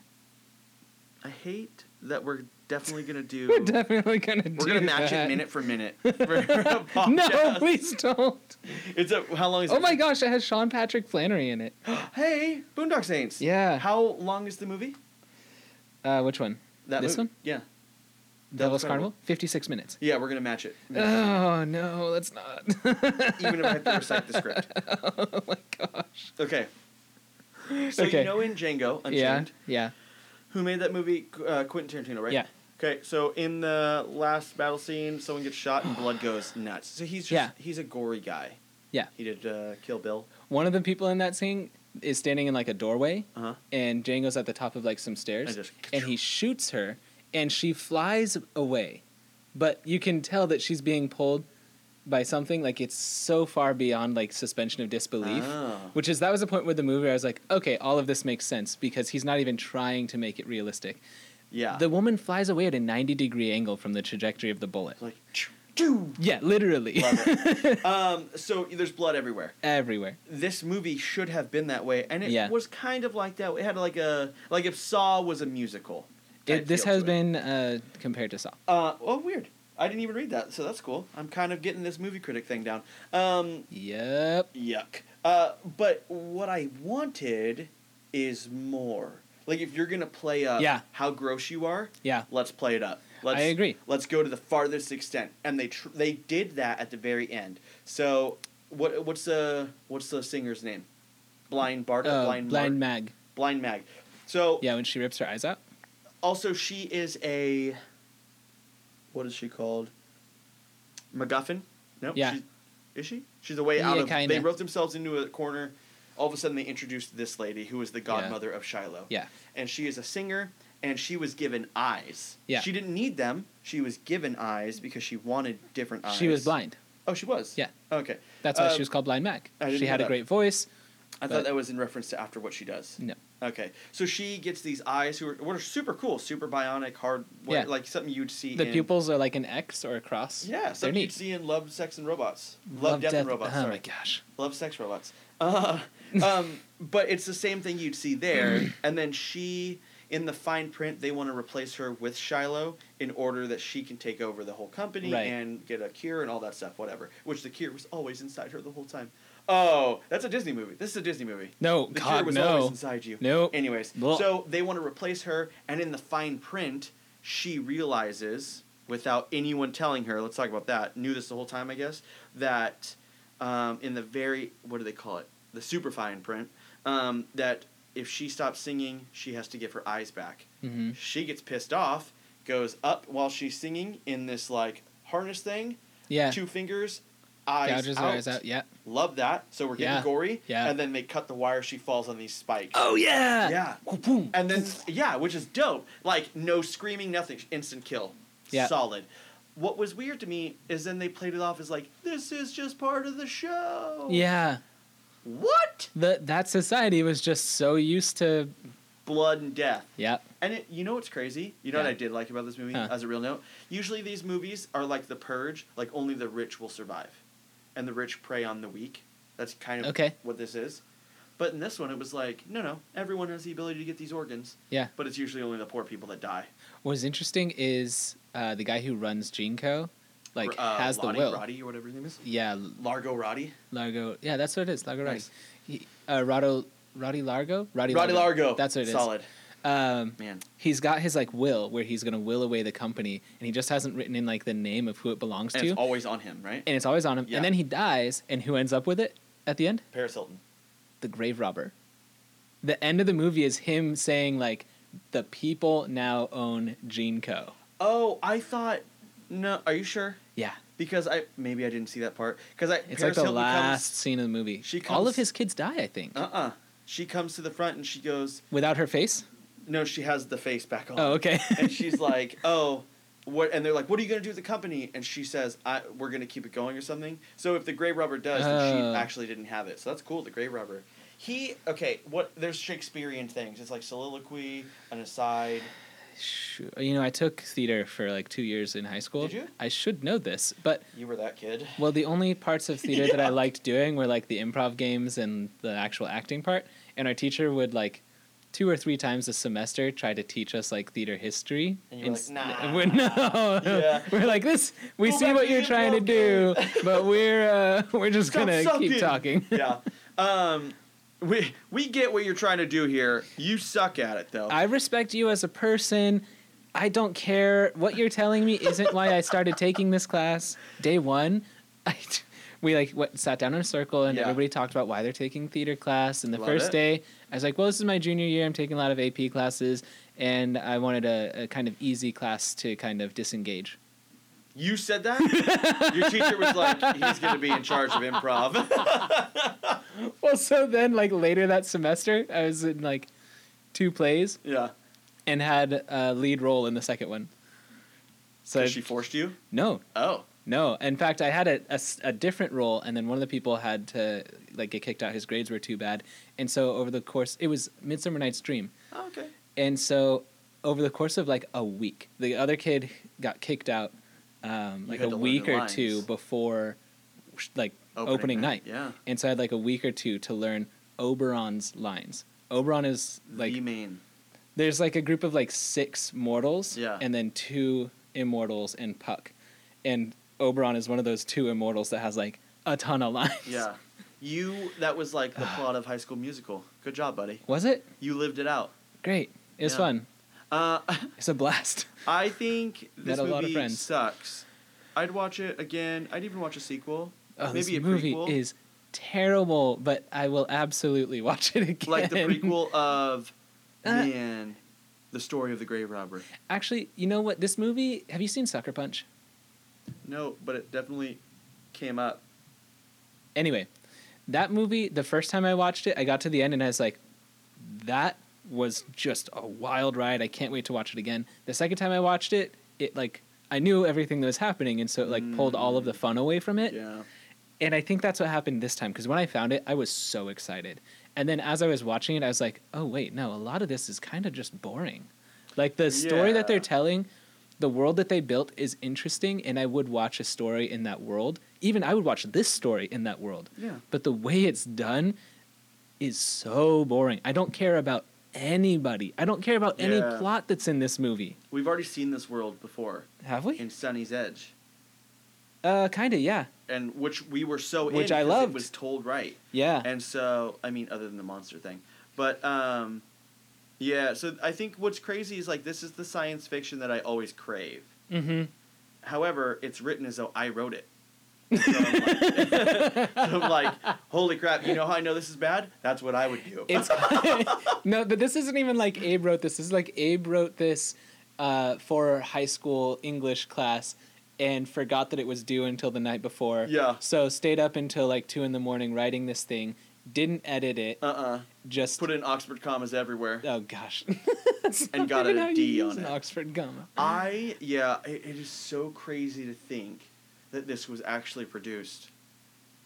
[SPEAKER 2] I hate that we're definitely gonna do.
[SPEAKER 1] We're definitely gonna do
[SPEAKER 2] we're gonna match
[SPEAKER 1] that.
[SPEAKER 2] it minute
[SPEAKER 1] *laughs*
[SPEAKER 2] for minute. for a
[SPEAKER 1] No,
[SPEAKER 2] podcast.
[SPEAKER 1] please don't.
[SPEAKER 2] It's a how long is
[SPEAKER 1] Oh
[SPEAKER 2] it?
[SPEAKER 1] my gosh, it has Sean Patrick Flannery in it.
[SPEAKER 2] *gasps* Hey, Boondock Saints.
[SPEAKER 1] Yeah.
[SPEAKER 2] How long is the movie?
[SPEAKER 1] Uh, which one? This
[SPEAKER 2] movie.
[SPEAKER 1] one?
[SPEAKER 2] Yeah.
[SPEAKER 1] Devil's
[SPEAKER 2] Devil's
[SPEAKER 1] Carnival?
[SPEAKER 2] Carnival?
[SPEAKER 1] 56 minutes.
[SPEAKER 2] Yeah, we're gonna match it.
[SPEAKER 1] *laughs* Oh, no, let's not. *laughs*
[SPEAKER 2] Even if I have to recite the script.
[SPEAKER 1] oh my gosh.
[SPEAKER 2] Okay. So
[SPEAKER 1] Okay.
[SPEAKER 2] you know in Django Unchained,
[SPEAKER 1] Yeah, yeah.
[SPEAKER 2] who made that movie? Qu- Uh, Quentin Tarantino, right?
[SPEAKER 1] Yeah.
[SPEAKER 2] Okay, so in the last battle scene, someone gets shot and blood goes nuts. So he's just
[SPEAKER 1] Yeah.
[SPEAKER 2] he's a gory guy.
[SPEAKER 1] Yeah.
[SPEAKER 2] He did uh, Kill Bill.
[SPEAKER 1] One of the people in that scene is standing in like a doorway,
[SPEAKER 2] Uh huh.
[SPEAKER 1] and Django's at the top of like some stairs,
[SPEAKER 2] And just-
[SPEAKER 1] and he shoots her, and she flies away. But you can tell that she's being pulled by something like it's so far beyond like suspension of disbelief.
[SPEAKER 2] Oh.
[SPEAKER 1] Which is that was the point where the movie I was like, okay, all of this makes sense because he's not even trying to make it realistic.
[SPEAKER 2] Yeah.
[SPEAKER 1] The woman flies away at a 90 degree angle from the trajectory of the bullet.
[SPEAKER 2] like, choo.
[SPEAKER 1] Yeah, literally.
[SPEAKER 2] Love it. um, so there's blood everywhere.
[SPEAKER 1] *laughs* Everywhere.
[SPEAKER 2] This movie should have been that way, and it
[SPEAKER 1] Yeah.
[SPEAKER 2] was kind of like that. It had like a like if Saw was a musical. type
[SPEAKER 1] It, this
[SPEAKER 2] feel
[SPEAKER 1] has
[SPEAKER 2] to it.
[SPEAKER 1] been uh, compared to Saw.
[SPEAKER 2] Uh, oh, weird. I didn't even read that, so that's cool. I'm kind of getting this movie critic thing down. Um,
[SPEAKER 1] Yep.
[SPEAKER 2] yuck. Uh, but what I wanted is more. Like, if you're gonna play up
[SPEAKER 1] Yeah.
[SPEAKER 2] how gross you are,
[SPEAKER 1] Yeah.
[SPEAKER 2] let's play it up. Let's,
[SPEAKER 1] I agree.
[SPEAKER 2] Let's go to the farthest extent, and they tr- they did that at the very end. So, what what's the what's the singer's name? Blind Bart,
[SPEAKER 1] Uh,
[SPEAKER 2] blind
[SPEAKER 1] blind,
[SPEAKER 2] Mark?
[SPEAKER 1] Mag.
[SPEAKER 2] blind Mag. So
[SPEAKER 1] Yeah, when she rips her eyes out.
[SPEAKER 2] also, she is a. What is she called? MacGuffin? No.
[SPEAKER 1] Yeah.
[SPEAKER 2] she's- is she? She's a way
[SPEAKER 1] Yeah,
[SPEAKER 2] out of.
[SPEAKER 1] kinda.
[SPEAKER 2] They wrote themselves into a corner. All of a sudden, they introduced this lady who is the godmother of Shiloh.
[SPEAKER 1] Yeah.
[SPEAKER 2] And she is a singer, and she was given eyes.
[SPEAKER 1] Yeah.
[SPEAKER 2] She didn't need them. She was given eyes because she wanted different eyes.
[SPEAKER 1] She was blind.
[SPEAKER 2] Oh, she was?
[SPEAKER 1] Yeah.
[SPEAKER 2] Okay.
[SPEAKER 1] That's why
[SPEAKER 2] Um,
[SPEAKER 1] she was called Blind Mag.
[SPEAKER 2] I didn't
[SPEAKER 1] She
[SPEAKER 2] know
[SPEAKER 1] had a
[SPEAKER 2] that.
[SPEAKER 1] great voice.
[SPEAKER 2] I
[SPEAKER 1] But-
[SPEAKER 2] thought that was in reference to after what she does.
[SPEAKER 1] No.
[SPEAKER 2] Okay. So she gets these eyes who are, what are super cool, super bionic, hard, what,
[SPEAKER 1] Yeah.
[SPEAKER 2] like something you'd see
[SPEAKER 1] The
[SPEAKER 2] in.
[SPEAKER 1] pupils are like an X or a cross.
[SPEAKER 2] Yeah,
[SPEAKER 1] They're
[SPEAKER 2] something you'd
[SPEAKER 1] neat.
[SPEAKER 2] see in Love, Sex, and Robots. Love, Death, and Robots.
[SPEAKER 1] Oh
[SPEAKER 2] sorry.
[SPEAKER 1] my gosh.
[SPEAKER 2] Love,
[SPEAKER 1] *laughs*
[SPEAKER 2] Sex, Robots. Uh, um, but it's the same thing you'd see there. and then she, in the fine print, they want to replace her with Shiloh in order that she can take over the whole company
[SPEAKER 1] Right.
[SPEAKER 2] and get a cure and all that stuff, whatever. Which the cure was always inside her the whole time. Oh, that's a Disney movie. This is a Disney movie.
[SPEAKER 1] No,
[SPEAKER 2] The cure
[SPEAKER 1] Oh, God,
[SPEAKER 2] was
[SPEAKER 1] no.
[SPEAKER 2] always inside you.
[SPEAKER 1] Nope.
[SPEAKER 2] Anyways,
[SPEAKER 1] Blah.
[SPEAKER 2] so they want to replace her, and in the fine print, she realizes, without anyone telling her, let's talk about that, knew this the whole time, I guess, that um, in the very, what do they call it? The super fine print, um, that if she stops singing, she has to give her eyes back.
[SPEAKER 1] Mhm.
[SPEAKER 2] She gets pissed off, goes up while she's singing in this, like, harness thing,
[SPEAKER 1] Yeah.
[SPEAKER 2] two fingers, eyes
[SPEAKER 1] Gouges her
[SPEAKER 2] out.
[SPEAKER 1] eyes out. Yeah.
[SPEAKER 2] Love that. So we're getting
[SPEAKER 1] Yeah.
[SPEAKER 2] gory.
[SPEAKER 1] Yeah.
[SPEAKER 2] And then they cut the wire, she falls on these spikes.
[SPEAKER 1] Oh, yeah.
[SPEAKER 2] Yeah.
[SPEAKER 1] Boom.
[SPEAKER 2] And then yeah, which is dope. Like no screaming, nothing, instant kill.
[SPEAKER 1] Yeah.
[SPEAKER 2] Solid. What was weird to me is then they played it off as like this is just part of the show.
[SPEAKER 1] Yeah.
[SPEAKER 2] What?
[SPEAKER 1] The, that society was just so used to.
[SPEAKER 2] Blood and death.
[SPEAKER 1] Yeah.
[SPEAKER 2] And it, you know what's crazy? You know what
[SPEAKER 1] Yeah.
[SPEAKER 2] I did like about this movie
[SPEAKER 1] Huh.
[SPEAKER 2] as a real note? Usually these movies are like The Purge, like only the rich will survive. And the rich prey on the weak. That's kind of
[SPEAKER 1] Okay.
[SPEAKER 2] what this is. But in this one it was like, no no, everyone has the ability to get these organs.
[SPEAKER 1] Yeah.
[SPEAKER 2] But it's usually only the poor people that die.
[SPEAKER 1] What's interesting is uh, the guy who runs Gene Co. Like
[SPEAKER 2] R- uh,
[SPEAKER 1] has
[SPEAKER 2] Lottie,
[SPEAKER 1] the will.
[SPEAKER 2] Roddy or whatever his name is.
[SPEAKER 1] Yeah,
[SPEAKER 2] Largo Roddy.
[SPEAKER 1] Largo. Yeah, that's what it is. Largo
[SPEAKER 2] Nice.
[SPEAKER 1] Roddy. He, uh, Rado, Roddy Largo. Roddy,
[SPEAKER 2] Roddy Largo.
[SPEAKER 1] That's what it is.
[SPEAKER 2] Solid.
[SPEAKER 1] Um,
[SPEAKER 2] Man.
[SPEAKER 1] he's got his like will where he's gonna will away the company, and he just hasn't written in like the name of who it belongs
[SPEAKER 2] And
[SPEAKER 1] to,
[SPEAKER 2] it's always on him, right?
[SPEAKER 1] and it's always on him.
[SPEAKER 2] Yeah.
[SPEAKER 1] And then he dies, and who ends up with it at the end?
[SPEAKER 2] Paris Hilton.
[SPEAKER 1] The grave robber. The end of the movie is him saying like, "The people now own Gene Co."
[SPEAKER 2] Oh, I thought. No, are you sure?
[SPEAKER 1] Yeah,
[SPEAKER 2] Because I maybe I didn't see that part. Because I
[SPEAKER 1] it's
[SPEAKER 2] Paris
[SPEAKER 1] like the
[SPEAKER 2] Hilton
[SPEAKER 1] last scene of the movie.
[SPEAKER 2] she
[SPEAKER 1] All
[SPEAKER 2] comes-
[SPEAKER 1] of his kids die, I think,
[SPEAKER 2] comes. Uh uh She comes to the front and she goes.
[SPEAKER 1] without her face.
[SPEAKER 2] No, she has the face back on.
[SPEAKER 1] Oh, okay.
[SPEAKER 2] Uh-huh.
[SPEAKER 1] *laughs*
[SPEAKER 2] and she's like, "Oh, what?" And they're like, "What are you gonna do with the company?" And she says, I, "We're gonna keep it going or something." So if the gray rubber does, then
[SPEAKER 1] Oh.
[SPEAKER 2] she actually didn't have it. So that's cool. The gray rubber. He okay. What there's Shakespearean things. It's like soliloquy, an aside.
[SPEAKER 1] Shoot. You know, I took theater for like two years in high school.
[SPEAKER 2] Did you?
[SPEAKER 1] I should know this, but
[SPEAKER 2] You were that kid.
[SPEAKER 1] well, the only parts of theater that I
[SPEAKER 2] *laughs* Yeah.
[SPEAKER 1] liked doing were like the improv games and the actual acting part. And our teacher would like two or three times a semester try to teach us like theater history.
[SPEAKER 3] And you were
[SPEAKER 1] s-
[SPEAKER 3] like,
[SPEAKER 1] n-
[SPEAKER 3] "Nah."
[SPEAKER 1] We're, no,
[SPEAKER 2] *laughs* Yeah.
[SPEAKER 1] *laughs* we're like this. We
[SPEAKER 2] Go
[SPEAKER 1] see
[SPEAKER 2] back
[SPEAKER 1] what
[SPEAKER 2] to
[SPEAKER 1] you're
[SPEAKER 2] your
[SPEAKER 1] trying to do, but we're uh, we're just
[SPEAKER 2] Stop
[SPEAKER 1] gonna keep
[SPEAKER 2] sucking.
[SPEAKER 1] talking.
[SPEAKER 2] *laughs* yeah. Um, we we get what you're trying to do here. You suck at it though.
[SPEAKER 1] I respect you as a person. I don't care what you're telling me. Isn't why I started taking this class day one. *laughs* I, we like what, sat down in a circle and
[SPEAKER 2] Yeah.
[SPEAKER 1] everybody talked about why they're taking theater class. And the
[SPEAKER 2] Love
[SPEAKER 1] first
[SPEAKER 2] it.
[SPEAKER 1] day, I was like, "Well, this is my junior year. I'm taking a lot of AP classes, and I wanted a, a kind of easy class to kind of disengage."
[SPEAKER 2] you said that. *laughs* Your teacher was like, he's gonna be in charge of improv. *laughs*
[SPEAKER 1] Well, so then like later that semester, I was in like two plays
[SPEAKER 2] yeah.
[SPEAKER 1] and had a lead role in the second one. So I-
[SPEAKER 2] So she forced you.
[SPEAKER 1] no,
[SPEAKER 2] Oh.
[SPEAKER 1] No, in fact, I had a, a s- a different role, and then one of the people had to like get kicked out. His grades were too bad, and so over the course, it was Midsummer Night's Dream,
[SPEAKER 2] Oh, okay.
[SPEAKER 1] and so over the course of like a week, the other kid got kicked out um,
[SPEAKER 2] You
[SPEAKER 1] like
[SPEAKER 2] had
[SPEAKER 1] a
[SPEAKER 2] to learn
[SPEAKER 1] week
[SPEAKER 2] the
[SPEAKER 1] or
[SPEAKER 2] lines.
[SPEAKER 1] two before sh- like opening, night.
[SPEAKER 2] Yeah.
[SPEAKER 1] and so I had like a week or two to learn Oberon's lines. Oberon is like
[SPEAKER 2] the main.
[SPEAKER 1] there's like a group of like six mortals
[SPEAKER 2] Yeah.
[SPEAKER 1] and then two immortals and puck and oberon is one of those two immortals that has like a ton of lines
[SPEAKER 2] Yeah. You that was
[SPEAKER 1] *sighs*
[SPEAKER 2] like the plot of High School Musical. Good job, buddy.
[SPEAKER 1] was it
[SPEAKER 2] You lived it out.
[SPEAKER 1] great it was
[SPEAKER 2] Yeah.
[SPEAKER 1] fun
[SPEAKER 2] Uh,
[SPEAKER 1] it's a blast
[SPEAKER 2] I think this
[SPEAKER 1] *laughs* Met a lot of
[SPEAKER 2] movie
[SPEAKER 1] friends.
[SPEAKER 2] sucks. I'd watch it again. I'd even watch a sequel.
[SPEAKER 1] oh
[SPEAKER 2] Maybe
[SPEAKER 1] this
[SPEAKER 2] a
[SPEAKER 1] movie
[SPEAKER 2] prequel.
[SPEAKER 1] is terrible but i will absolutely *laughs* watch it again
[SPEAKER 2] Like the prequel of
[SPEAKER 1] *laughs* Uh,
[SPEAKER 2] Man, the story of the grave robber.
[SPEAKER 1] actually you know what this movie have you seen sucker punch
[SPEAKER 2] No, but it definitely came up.
[SPEAKER 1] anyway that movie the first time i watched it i got to the end and i was like that was just a wild ride i can't wait to watch it again the second time i watched it it like i knew everything that was happening and so it like pulled all of the fun away from it
[SPEAKER 2] Yeah.
[SPEAKER 1] and i think that's what happened this time because when i found it i was so excited and then as i was watching it i was like oh wait no a lot of this is kind of just boring like the story that they're
[SPEAKER 2] Yeah.
[SPEAKER 1] telling the world that they built is interesting and i would watch a story in that world even i would watch this story in that world
[SPEAKER 2] Yeah.
[SPEAKER 1] but the way it's done is so boring. I don't care about anybody. I don't care about any
[SPEAKER 2] Yeah.
[SPEAKER 1] plot that's in this movie.
[SPEAKER 2] We've already seen this world before
[SPEAKER 1] Have we?
[SPEAKER 2] in Sunny's Edge,
[SPEAKER 1] Uh, kinda, yeah,
[SPEAKER 2] and which we were so in
[SPEAKER 1] Which I
[SPEAKER 2] because
[SPEAKER 1] loved.
[SPEAKER 2] It was told right.
[SPEAKER 1] yeah.
[SPEAKER 2] And so, I mean, other than the monster thing, but um, yeah. So I think what's crazy is like this is the science fiction that I always crave.
[SPEAKER 1] mm-hmm.
[SPEAKER 2] However, it's written as though I wrote it. So I'm, like, *laughs* I'm like, holy crap! You know how I know this is bad? That's what I would do.
[SPEAKER 1] It's *laughs* no, but this isn't even like Abe wrote this. This is like Abe wrote this uh, for high school English class and forgot that it was due until the night before.
[SPEAKER 2] Yeah.
[SPEAKER 1] So stayed up until like two in the morning writing this thing. Didn't edit it.
[SPEAKER 2] uh uh
[SPEAKER 1] just
[SPEAKER 2] Put in Oxford commas everywhere.
[SPEAKER 1] Oh gosh. *laughs*
[SPEAKER 2] And got a
[SPEAKER 1] D
[SPEAKER 2] D on
[SPEAKER 1] an
[SPEAKER 2] it.
[SPEAKER 1] Oxford gum.
[SPEAKER 2] I yeah, it, it is so crazy to think that this was actually produced.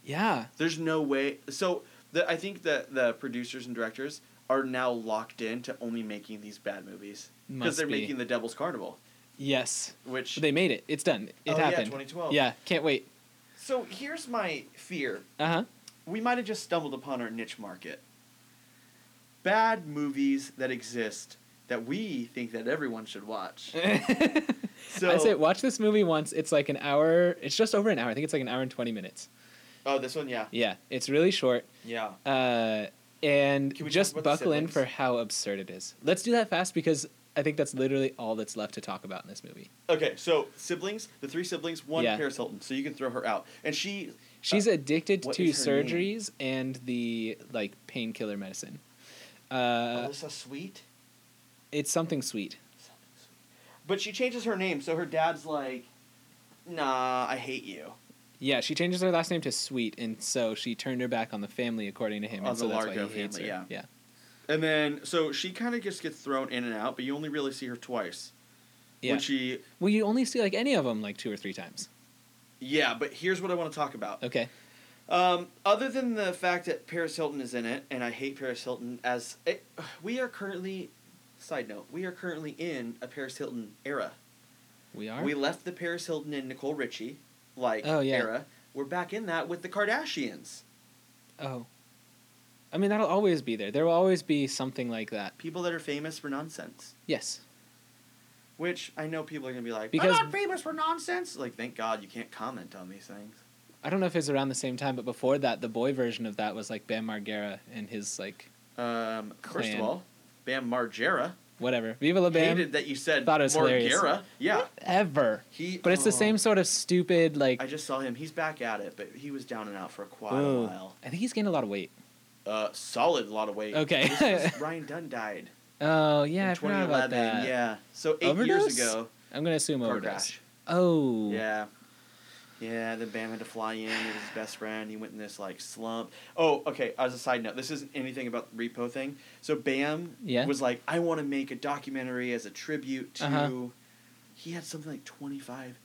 [SPEAKER 1] Yeah.
[SPEAKER 2] There's no way. So the, I think that the producers and directors are now locked in to only making these bad movies because
[SPEAKER 1] Must
[SPEAKER 2] they're
[SPEAKER 1] be.
[SPEAKER 2] making the Devil's Carnival,
[SPEAKER 1] Yes.
[SPEAKER 2] which
[SPEAKER 1] But they made it. It's done. It
[SPEAKER 2] Oh, yeah,
[SPEAKER 1] happened.
[SPEAKER 2] 2012.
[SPEAKER 1] Yeah. Can't wait.
[SPEAKER 2] So here's my fear.
[SPEAKER 1] Uh *laughs* huh.
[SPEAKER 2] We might have just stumbled upon our niche market. Bad movies that exist that we think that everyone should watch. So
[SPEAKER 1] I say watch this movie once. It's like an hour. It's just over an hour. I think it's like an hour and twenty minutes.
[SPEAKER 2] oh, this one, yeah,
[SPEAKER 1] Yeah. It's really short.
[SPEAKER 2] yeah.
[SPEAKER 1] Uh, and
[SPEAKER 2] Can we talk
[SPEAKER 1] just
[SPEAKER 2] about the
[SPEAKER 1] buckle in
[SPEAKER 2] siblings?
[SPEAKER 1] for how absurd it is. Let's do that fast because I think that's literally all that's left to talk about in this movie.
[SPEAKER 2] Okay, so siblings, the three siblings, one
[SPEAKER 1] Yeah.
[SPEAKER 2] Paris Hilton, so you can throw her out, and she
[SPEAKER 1] She's addicted
[SPEAKER 2] Uh, what
[SPEAKER 1] to
[SPEAKER 2] is her name?
[SPEAKER 1] surgeries and the like painkiller medicine. Uh,
[SPEAKER 2] Alyssa Sweet.
[SPEAKER 1] it's something sweet.
[SPEAKER 2] But she changes her name, so her dad's like, "Nah, I hate you."
[SPEAKER 1] Yeah, she changes her last name to Sweet, and so she turned her back on the family, according to him.
[SPEAKER 2] On
[SPEAKER 1] and so
[SPEAKER 2] the
[SPEAKER 1] that's why
[SPEAKER 2] Largo
[SPEAKER 1] he hates
[SPEAKER 2] family,
[SPEAKER 1] her. Yeah.
[SPEAKER 2] And then, so she kind of just gets thrown in and out, but you only really see her twice.
[SPEAKER 1] Yeah.
[SPEAKER 2] When she,
[SPEAKER 1] well, you only see like any of them like two or three times.
[SPEAKER 2] yeah, but here's what I want to talk about.
[SPEAKER 1] Okay.
[SPEAKER 2] Um, other than the fact that Paris Hilton is in it, and I hate Paris Hilton as it, we are currently. Side note: We are currently in a Paris Hilton era.
[SPEAKER 1] We are.
[SPEAKER 2] We left the Paris Hilton and Nicole Richie like
[SPEAKER 1] Oh, yeah.
[SPEAKER 2] era. We're back in that with the Kardashians.
[SPEAKER 1] oh. I mean, that'll always be there. There will always be something like that.
[SPEAKER 2] People that are famous for nonsense.
[SPEAKER 1] Yes.
[SPEAKER 2] Which I know people are gonna be like,
[SPEAKER 1] Because-
[SPEAKER 2] I'm not famous for nonsense. Like, thank God you can't comment on these things.
[SPEAKER 1] I don't know if it's around the same time, but before that, the boy version of that was like Bam Margera and his like
[SPEAKER 2] Um, first
[SPEAKER 1] Clan.
[SPEAKER 2] of all, Bam Margera
[SPEAKER 1] whatever. Viva la Bam.
[SPEAKER 2] hated that you said
[SPEAKER 1] Thought it was hilarious.
[SPEAKER 2] Margera. Yeah,
[SPEAKER 1] Ever.
[SPEAKER 2] he.
[SPEAKER 1] But it's
[SPEAKER 2] oh,
[SPEAKER 1] the same sort of stupid like.
[SPEAKER 2] I
[SPEAKER 1] I,
[SPEAKER 2] just saw him. He's back at it, but he was down and out for a quite
[SPEAKER 1] Ooh.
[SPEAKER 2] a while.
[SPEAKER 1] think he's gained a lot of weight.
[SPEAKER 2] Uh, solid lot of weight.
[SPEAKER 1] Okay.
[SPEAKER 2] This
[SPEAKER 1] *laughs*
[SPEAKER 2] was- Ryan Dunn died
[SPEAKER 1] Oh yeah, I
[SPEAKER 2] in
[SPEAKER 1] forgot about
[SPEAKER 2] 2011.
[SPEAKER 1] that.
[SPEAKER 2] Yeah, so eight
[SPEAKER 1] Overdose?
[SPEAKER 2] years ago,
[SPEAKER 1] I'm gonna assume
[SPEAKER 2] car
[SPEAKER 1] overdose.
[SPEAKER 2] crash.
[SPEAKER 1] Oh.
[SPEAKER 2] Yeah. Yeah, then Bam had to fly in with his best friend. He went in this like slump. Oh, okay. As a side note, this isn't anything about the repo thing. So Bam
[SPEAKER 1] Yeah.
[SPEAKER 2] was like, I want to make a documentary as a tribute to.
[SPEAKER 1] Uh-huh.
[SPEAKER 2] He had something like twenty five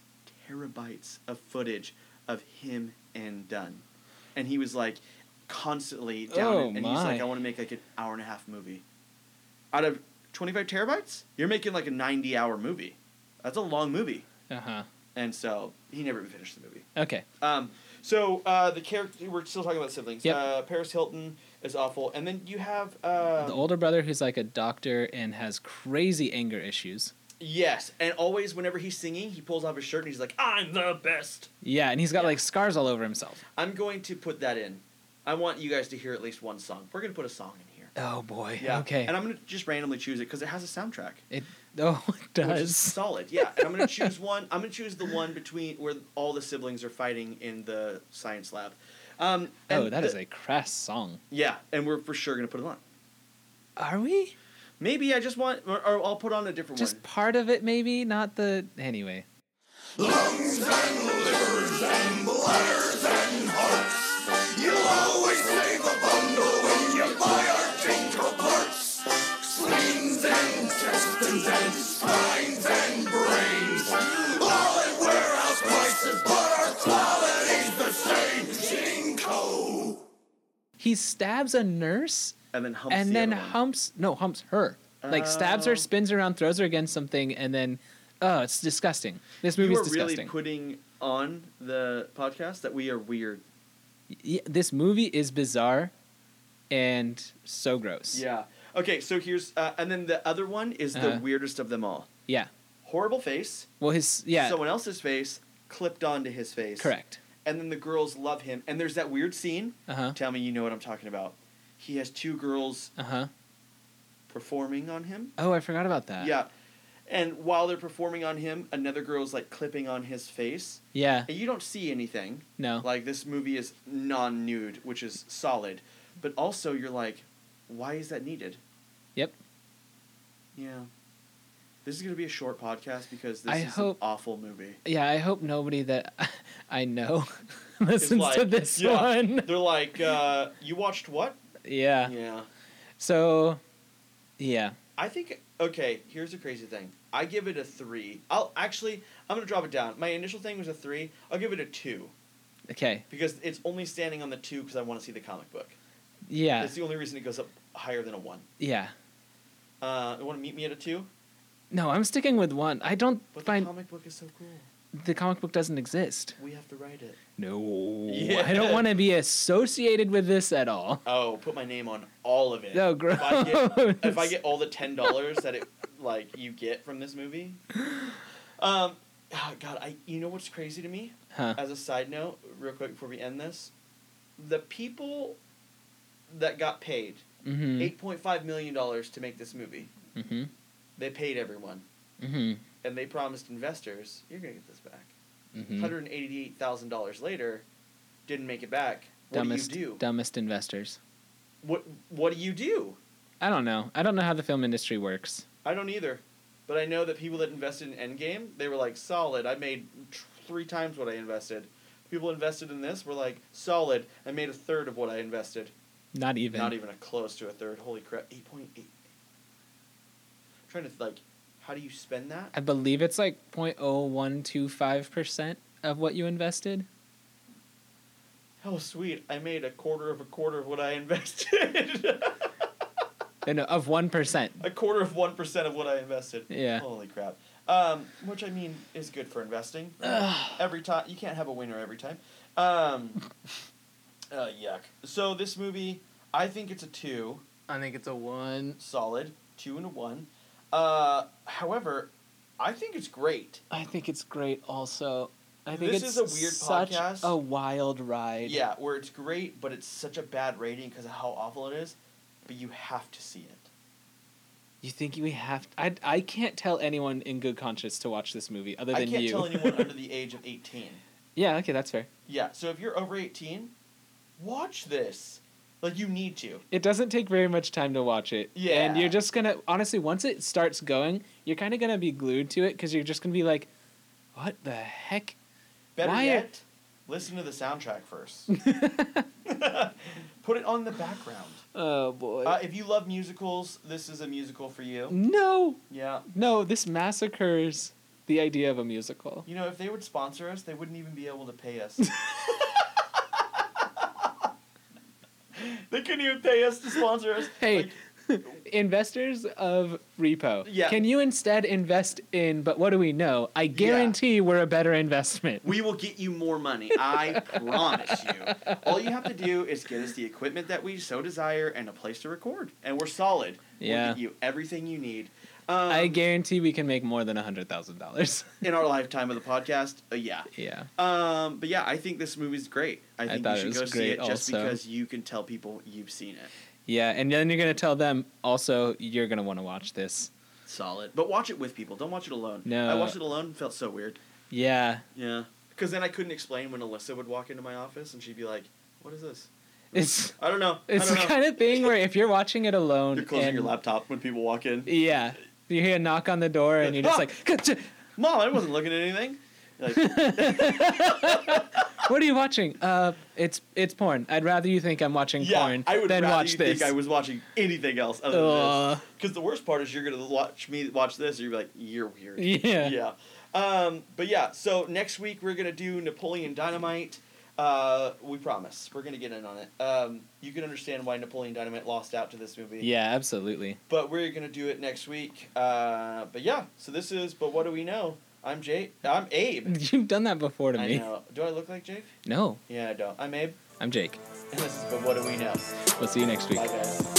[SPEAKER 2] terabytes of footage of him and Dunn, and he was like constantly down.
[SPEAKER 1] Oh,
[SPEAKER 2] it, and he's like,
[SPEAKER 1] my.
[SPEAKER 2] I want to make like an hour and a half movie. Out of twenty five terabytes, you're making like a ninety hour movie. That's a long movie
[SPEAKER 1] Uh huh.
[SPEAKER 2] and so he never even finished the movie.
[SPEAKER 1] Okay.
[SPEAKER 2] Um, so uh, the character we're still talking about siblings.
[SPEAKER 1] Yep.
[SPEAKER 2] Uh, Paris Hilton is awful, and then you have uh,
[SPEAKER 1] the older brother who's like a doctor and has crazy anger issues.
[SPEAKER 2] yes, and always whenever he's singing, he pulls off his shirt and he's like, "I'm the best."
[SPEAKER 1] Yeah, and he's got
[SPEAKER 2] Yeah.
[SPEAKER 1] like scars all over himself.
[SPEAKER 2] I'm going to put that in. I want you guys to hear at least one song. We're gonna put a song in here.
[SPEAKER 1] Oh boy.
[SPEAKER 2] Yeah.
[SPEAKER 1] Okay.
[SPEAKER 2] And I'm gonna just randomly choose it because it has a soundtrack.
[SPEAKER 1] it *laughs* oh it
[SPEAKER 2] Which is
[SPEAKER 1] does.
[SPEAKER 2] solid, yeah. And I'm gonna choose one. I'm gonna choose the one between where all the siblings are fighting in the science lab. Um,
[SPEAKER 1] Oh,
[SPEAKER 2] and
[SPEAKER 1] that
[SPEAKER 2] the-
[SPEAKER 1] is a crass song.
[SPEAKER 2] yeah. And we're for sure gonna put it on.
[SPEAKER 1] Are we?
[SPEAKER 2] Maybe I just want, or, or I'll put on a different
[SPEAKER 1] Just
[SPEAKER 2] one.
[SPEAKER 1] part of it, maybe not the anyway.
[SPEAKER 3] Lungs and livers and bladders and hearts. You'll always save a bundle when you buy our tinkle parts. Spleens and intestines and spines and brains. All at warehouse prices, but our quality's the same. Jinko.
[SPEAKER 1] He stabs a nurse
[SPEAKER 2] And then humps
[SPEAKER 1] and
[SPEAKER 2] the
[SPEAKER 1] then
[SPEAKER 2] other one.
[SPEAKER 1] humps no humps her. Like stabs
[SPEAKER 2] Oh.
[SPEAKER 1] her, spins around, throws her against something, and then oh, it's disgusting. This
[SPEAKER 2] You
[SPEAKER 1] movie's
[SPEAKER 2] are really
[SPEAKER 1] disgusting.
[SPEAKER 2] putting on the podcast that we are weird.
[SPEAKER 1] Y- this movie is bizarre and so gross.
[SPEAKER 2] Yeah. Okay, so here's, uh, and then the other one is
[SPEAKER 1] Uh-huh.
[SPEAKER 2] the weirdest of them all.
[SPEAKER 1] Yeah.
[SPEAKER 2] Horrible face.
[SPEAKER 1] Well, his yeah.
[SPEAKER 2] Someone else's face clipped onto his face.
[SPEAKER 1] correct.
[SPEAKER 2] And then the girls love him. And there's that weird scene.
[SPEAKER 1] Uh huh.
[SPEAKER 2] Tell me you know what I'm talking about. He has two girls
[SPEAKER 1] Uh huh.
[SPEAKER 2] performing on him.
[SPEAKER 1] Oh, I forgot about that.
[SPEAKER 2] yeah. And while they're performing on him, another girl's like clipping on his face.
[SPEAKER 1] Yeah.
[SPEAKER 2] And you don't see anything.
[SPEAKER 1] No.
[SPEAKER 2] Like this movie is non-nude, which is solid, but also you're like, why is that needed?
[SPEAKER 1] Yep.
[SPEAKER 2] Yeah. This is gonna be a short podcast because this
[SPEAKER 1] I
[SPEAKER 2] is
[SPEAKER 1] hope-
[SPEAKER 2] an awful movie.
[SPEAKER 1] Yeah. I hope nobody that *laughs* I know *laughs* listens to *laughs*
[SPEAKER 2] like-
[SPEAKER 1] this
[SPEAKER 2] yeah.
[SPEAKER 1] one.
[SPEAKER 2] They're like, uh, you watched what?
[SPEAKER 1] Yeah.
[SPEAKER 2] Yeah.
[SPEAKER 1] So, yeah.
[SPEAKER 2] I think okay. Here's the crazy thing. I give it a three. I'll actually I'm gonna drop it down. My initial thing was a three. I'll give it a two
[SPEAKER 1] Okay.
[SPEAKER 2] because it's only standing on the two because I want to see the comic book.
[SPEAKER 1] Yeah.
[SPEAKER 2] That's the only reason it goes up higher than a one.
[SPEAKER 1] Yeah.
[SPEAKER 2] Uh, you want to meet me at a two?
[SPEAKER 1] No, I'm sticking with one. I don't
[SPEAKER 2] But
[SPEAKER 1] find
[SPEAKER 2] the comic book is so cool.
[SPEAKER 1] the comic book doesn't exist.
[SPEAKER 2] We have to write it.
[SPEAKER 1] No.
[SPEAKER 2] Yeah.
[SPEAKER 1] I don't want to be associated with this at all.
[SPEAKER 2] Oh, put my name on all of it.
[SPEAKER 1] No,
[SPEAKER 2] If I
[SPEAKER 1] gross.
[SPEAKER 2] get, if I get all the ten dollars that it like you get from this movie, um, oh, God, I you know what's crazy to me?
[SPEAKER 1] Huh.
[SPEAKER 2] As a side note, real quick before we end this, the people that got paid
[SPEAKER 1] Mm-hmm.
[SPEAKER 2] eight point five million dollars to make this movie,
[SPEAKER 1] Mm-hmm.
[SPEAKER 2] they paid everyone,
[SPEAKER 1] Mm-hmm.
[SPEAKER 2] and they promised investors, "You're gonna get this back."
[SPEAKER 1] Mm-hmm.
[SPEAKER 2] hundred and eighty-eight thousand dollars later, didn't make it back. What
[SPEAKER 1] Dumbest,
[SPEAKER 2] do you do?
[SPEAKER 1] dumbest investors.
[SPEAKER 2] What What do you do?
[SPEAKER 1] I don't know. I don't know how the film industry works.
[SPEAKER 2] I don't either, but I know that people that invested in Endgame, they were like solid. I made tr- three times what I invested. People invested in this were like solid. I made a third of what I invested.
[SPEAKER 1] Not even.
[SPEAKER 2] Not even a close to a third. Holy crap! Eight point eight. Trying to like, how do you spend that?
[SPEAKER 1] I believe it's like 0.0125% of what you invested.
[SPEAKER 2] Oh sweet! I made a quarter of a quarter of what I *laughs* invested.
[SPEAKER 1] Uh, No, no, of 1%.
[SPEAKER 2] a quarter of one percent of what I invested.
[SPEAKER 1] Yeah.
[SPEAKER 2] Holy crap. Um, which I mean is good for investing. every
[SPEAKER 1] *laughs*
[SPEAKER 2] time you can't have a winner every time. Um, uh, yuck. So this movie, I think it's a two,
[SPEAKER 4] I think it's a one.
[SPEAKER 2] solid two and a one. Uh, however, I think it's great.
[SPEAKER 1] I think it's great. Also, I think
[SPEAKER 2] This
[SPEAKER 1] it's
[SPEAKER 2] is a weird
[SPEAKER 1] such
[SPEAKER 2] podcast.
[SPEAKER 1] a wild ride.
[SPEAKER 2] Yeah, where it's great, but it's such a bad rating because of how awful it is. But you have to see it.
[SPEAKER 1] You think we have? I I can't tell anyone in good conscience to watch this movie other
[SPEAKER 2] I
[SPEAKER 1] than
[SPEAKER 2] can't
[SPEAKER 1] you.
[SPEAKER 2] tell anyone under the age of eighteen.
[SPEAKER 1] *laughs* yeah. Okay, that's fair.
[SPEAKER 2] Yeah, so if you're over eighteen, watch this. Like you need to.
[SPEAKER 1] It doesn't take very much time to watch it. And
[SPEAKER 2] Yeah.
[SPEAKER 1] you're just gonna honestly, once it starts going, you're kind of gonna be glued to it because you're just gonna be like, "What the heck?"
[SPEAKER 2] Better
[SPEAKER 1] Why are-
[SPEAKER 2] yet, listen to the soundtrack
[SPEAKER 1] *laughs*
[SPEAKER 2] first. *laughs* Put it on the background.
[SPEAKER 1] Oh boy.
[SPEAKER 2] Uh, if you love musicals, this is a musical for you.
[SPEAKER 1] no,
[SPEAKER 2] Yeah.
[SPEAKER 1] no, this massacres the idea of a musical.
[SPEAKER 2] You know, if they would sponsor us, they wouldn't even be able to
[SPEAKER 1] *laughs*
[SPEAKER 2] pay us. *laughs* they couldn't even pay us to sponsor us.
[SPEAKER 1] Hey,
[SPEAKER 2] Like,
[SPEAKER 1] *laughs* investors of repo,
[SPEAKER 2] Yeah.
[SPEAKER 1] can you instead invest in? But what do we know? I guarantee we're a better investment.
[SPEAKER 2] we will get you more money. I promise you. All you have to do is get us the equipment that we so desire and a place to record, and we're solid.
[SPEAKER 1] Yeah.
[SPEAKER 2] We'll get you everything you need. Um,
[SPEAKER 1] I guarantee we can make more than hundred thousand dollars. *laughs*
[SPEAKER 2] in our lifetime of the podcast, uh, yeah.
[SPEAKER 1] yeah.
[SPEAKER 2] Um, but yeah, I think this movie's great. I think
[SPEAKER 1] thought
[SPEAKER 2] you
[SPEAKER 1] it was
[SPEAKER 2] should go see
[SPEAKER 1] great
[SPEAKER 2] it just
[SPEAKER 1] also.
[SPEAKER 2] because you can tell people you've seen it.
[SPEAKER 1] Yeah, and then you're gonna tell them also you're gonna want to watch this.
[SPEAKER 2] Solid. But watch it with people. Don't watch it alone.
[SPEAKER 1] No.
[SPEAKER 2] I watched it alone and felt so weird.
[SPEAKER 1] Yeah,
[SPEAKER 2] Yeah. Because then I couldn't explain when Alyssa would walk into my office and she'd be like, what is this?
[SPEAKER 1] it's
[SPEAKER 2] I don't know.
[SPEAKER 1] it's the
[SPEAKER 2] I don't know.
[SPEAKER 1] kind of thing where if you're watching it alone,
[SPEAKER 2] You're closing
[SPEAKER 1] and-
[SPEAKER 2] your laptop when people walk in.
[SPEAKER 1] Yeah, you hear a knock on the door and
[SPEAKER 2] Ah!
[SPEAKER 1] you're just like,
[SPEAKER 2] Mom, I wasn't looking at anything. Like,
[SPEAKER 1] "What are you watching?" Uh, it's it's porn. I'd rather you think I'm watching
[SPEAKER 2] *laughs* yeah,
[SPEAKER 1] porn
[SPEAKER 2] I would
[SPEAKER 1] than
[SPEAKER 2] rather
[SPEAKER 1] watch
[SPEAKER 2] you
[SPEAKER 1] this.
[SPEAKER 2] think I was watching anything else other than
[SPEAKER 1] Ugh.
[SPEAKER 2] this. Because the worst part is you're gonna watch me watch this, and you're like, you're weird.
[SPEAKER 1] Yeah.
[SPEAKER 2] *laughs* Yeah. Um, but yeah, so next week we're gonna do Napoleon Dynamite. Uh, we promise we're gonna get in on it. Um, you can understand why Napoleon Dynamite lost out to this movie.
[SPEAKER 1] Yeah, absolutely.
[SPEAKER 2] But we're gonna do it next week. Uh, but yeah, so this is. But what do we know? I'm Jake. I'm *laughs* Abe.
[SPEAKER 1] *laughs* You've done that before to
[SPEAKER 2] I
[SPEAKER 1] me.
[SPEAKER 2] know. Do I look like Jake?
[SPEAKER 1] No,
[SPEAKER 2] Yeah, I don't. I'm Abe. *laughs*
[SPEAKER 1] I'm Jake.
[SPEAKER 2] And this is. But what do we know?
[SPEAKER 1] We'll see you next week.
[SPEAKER 2] Bye guys.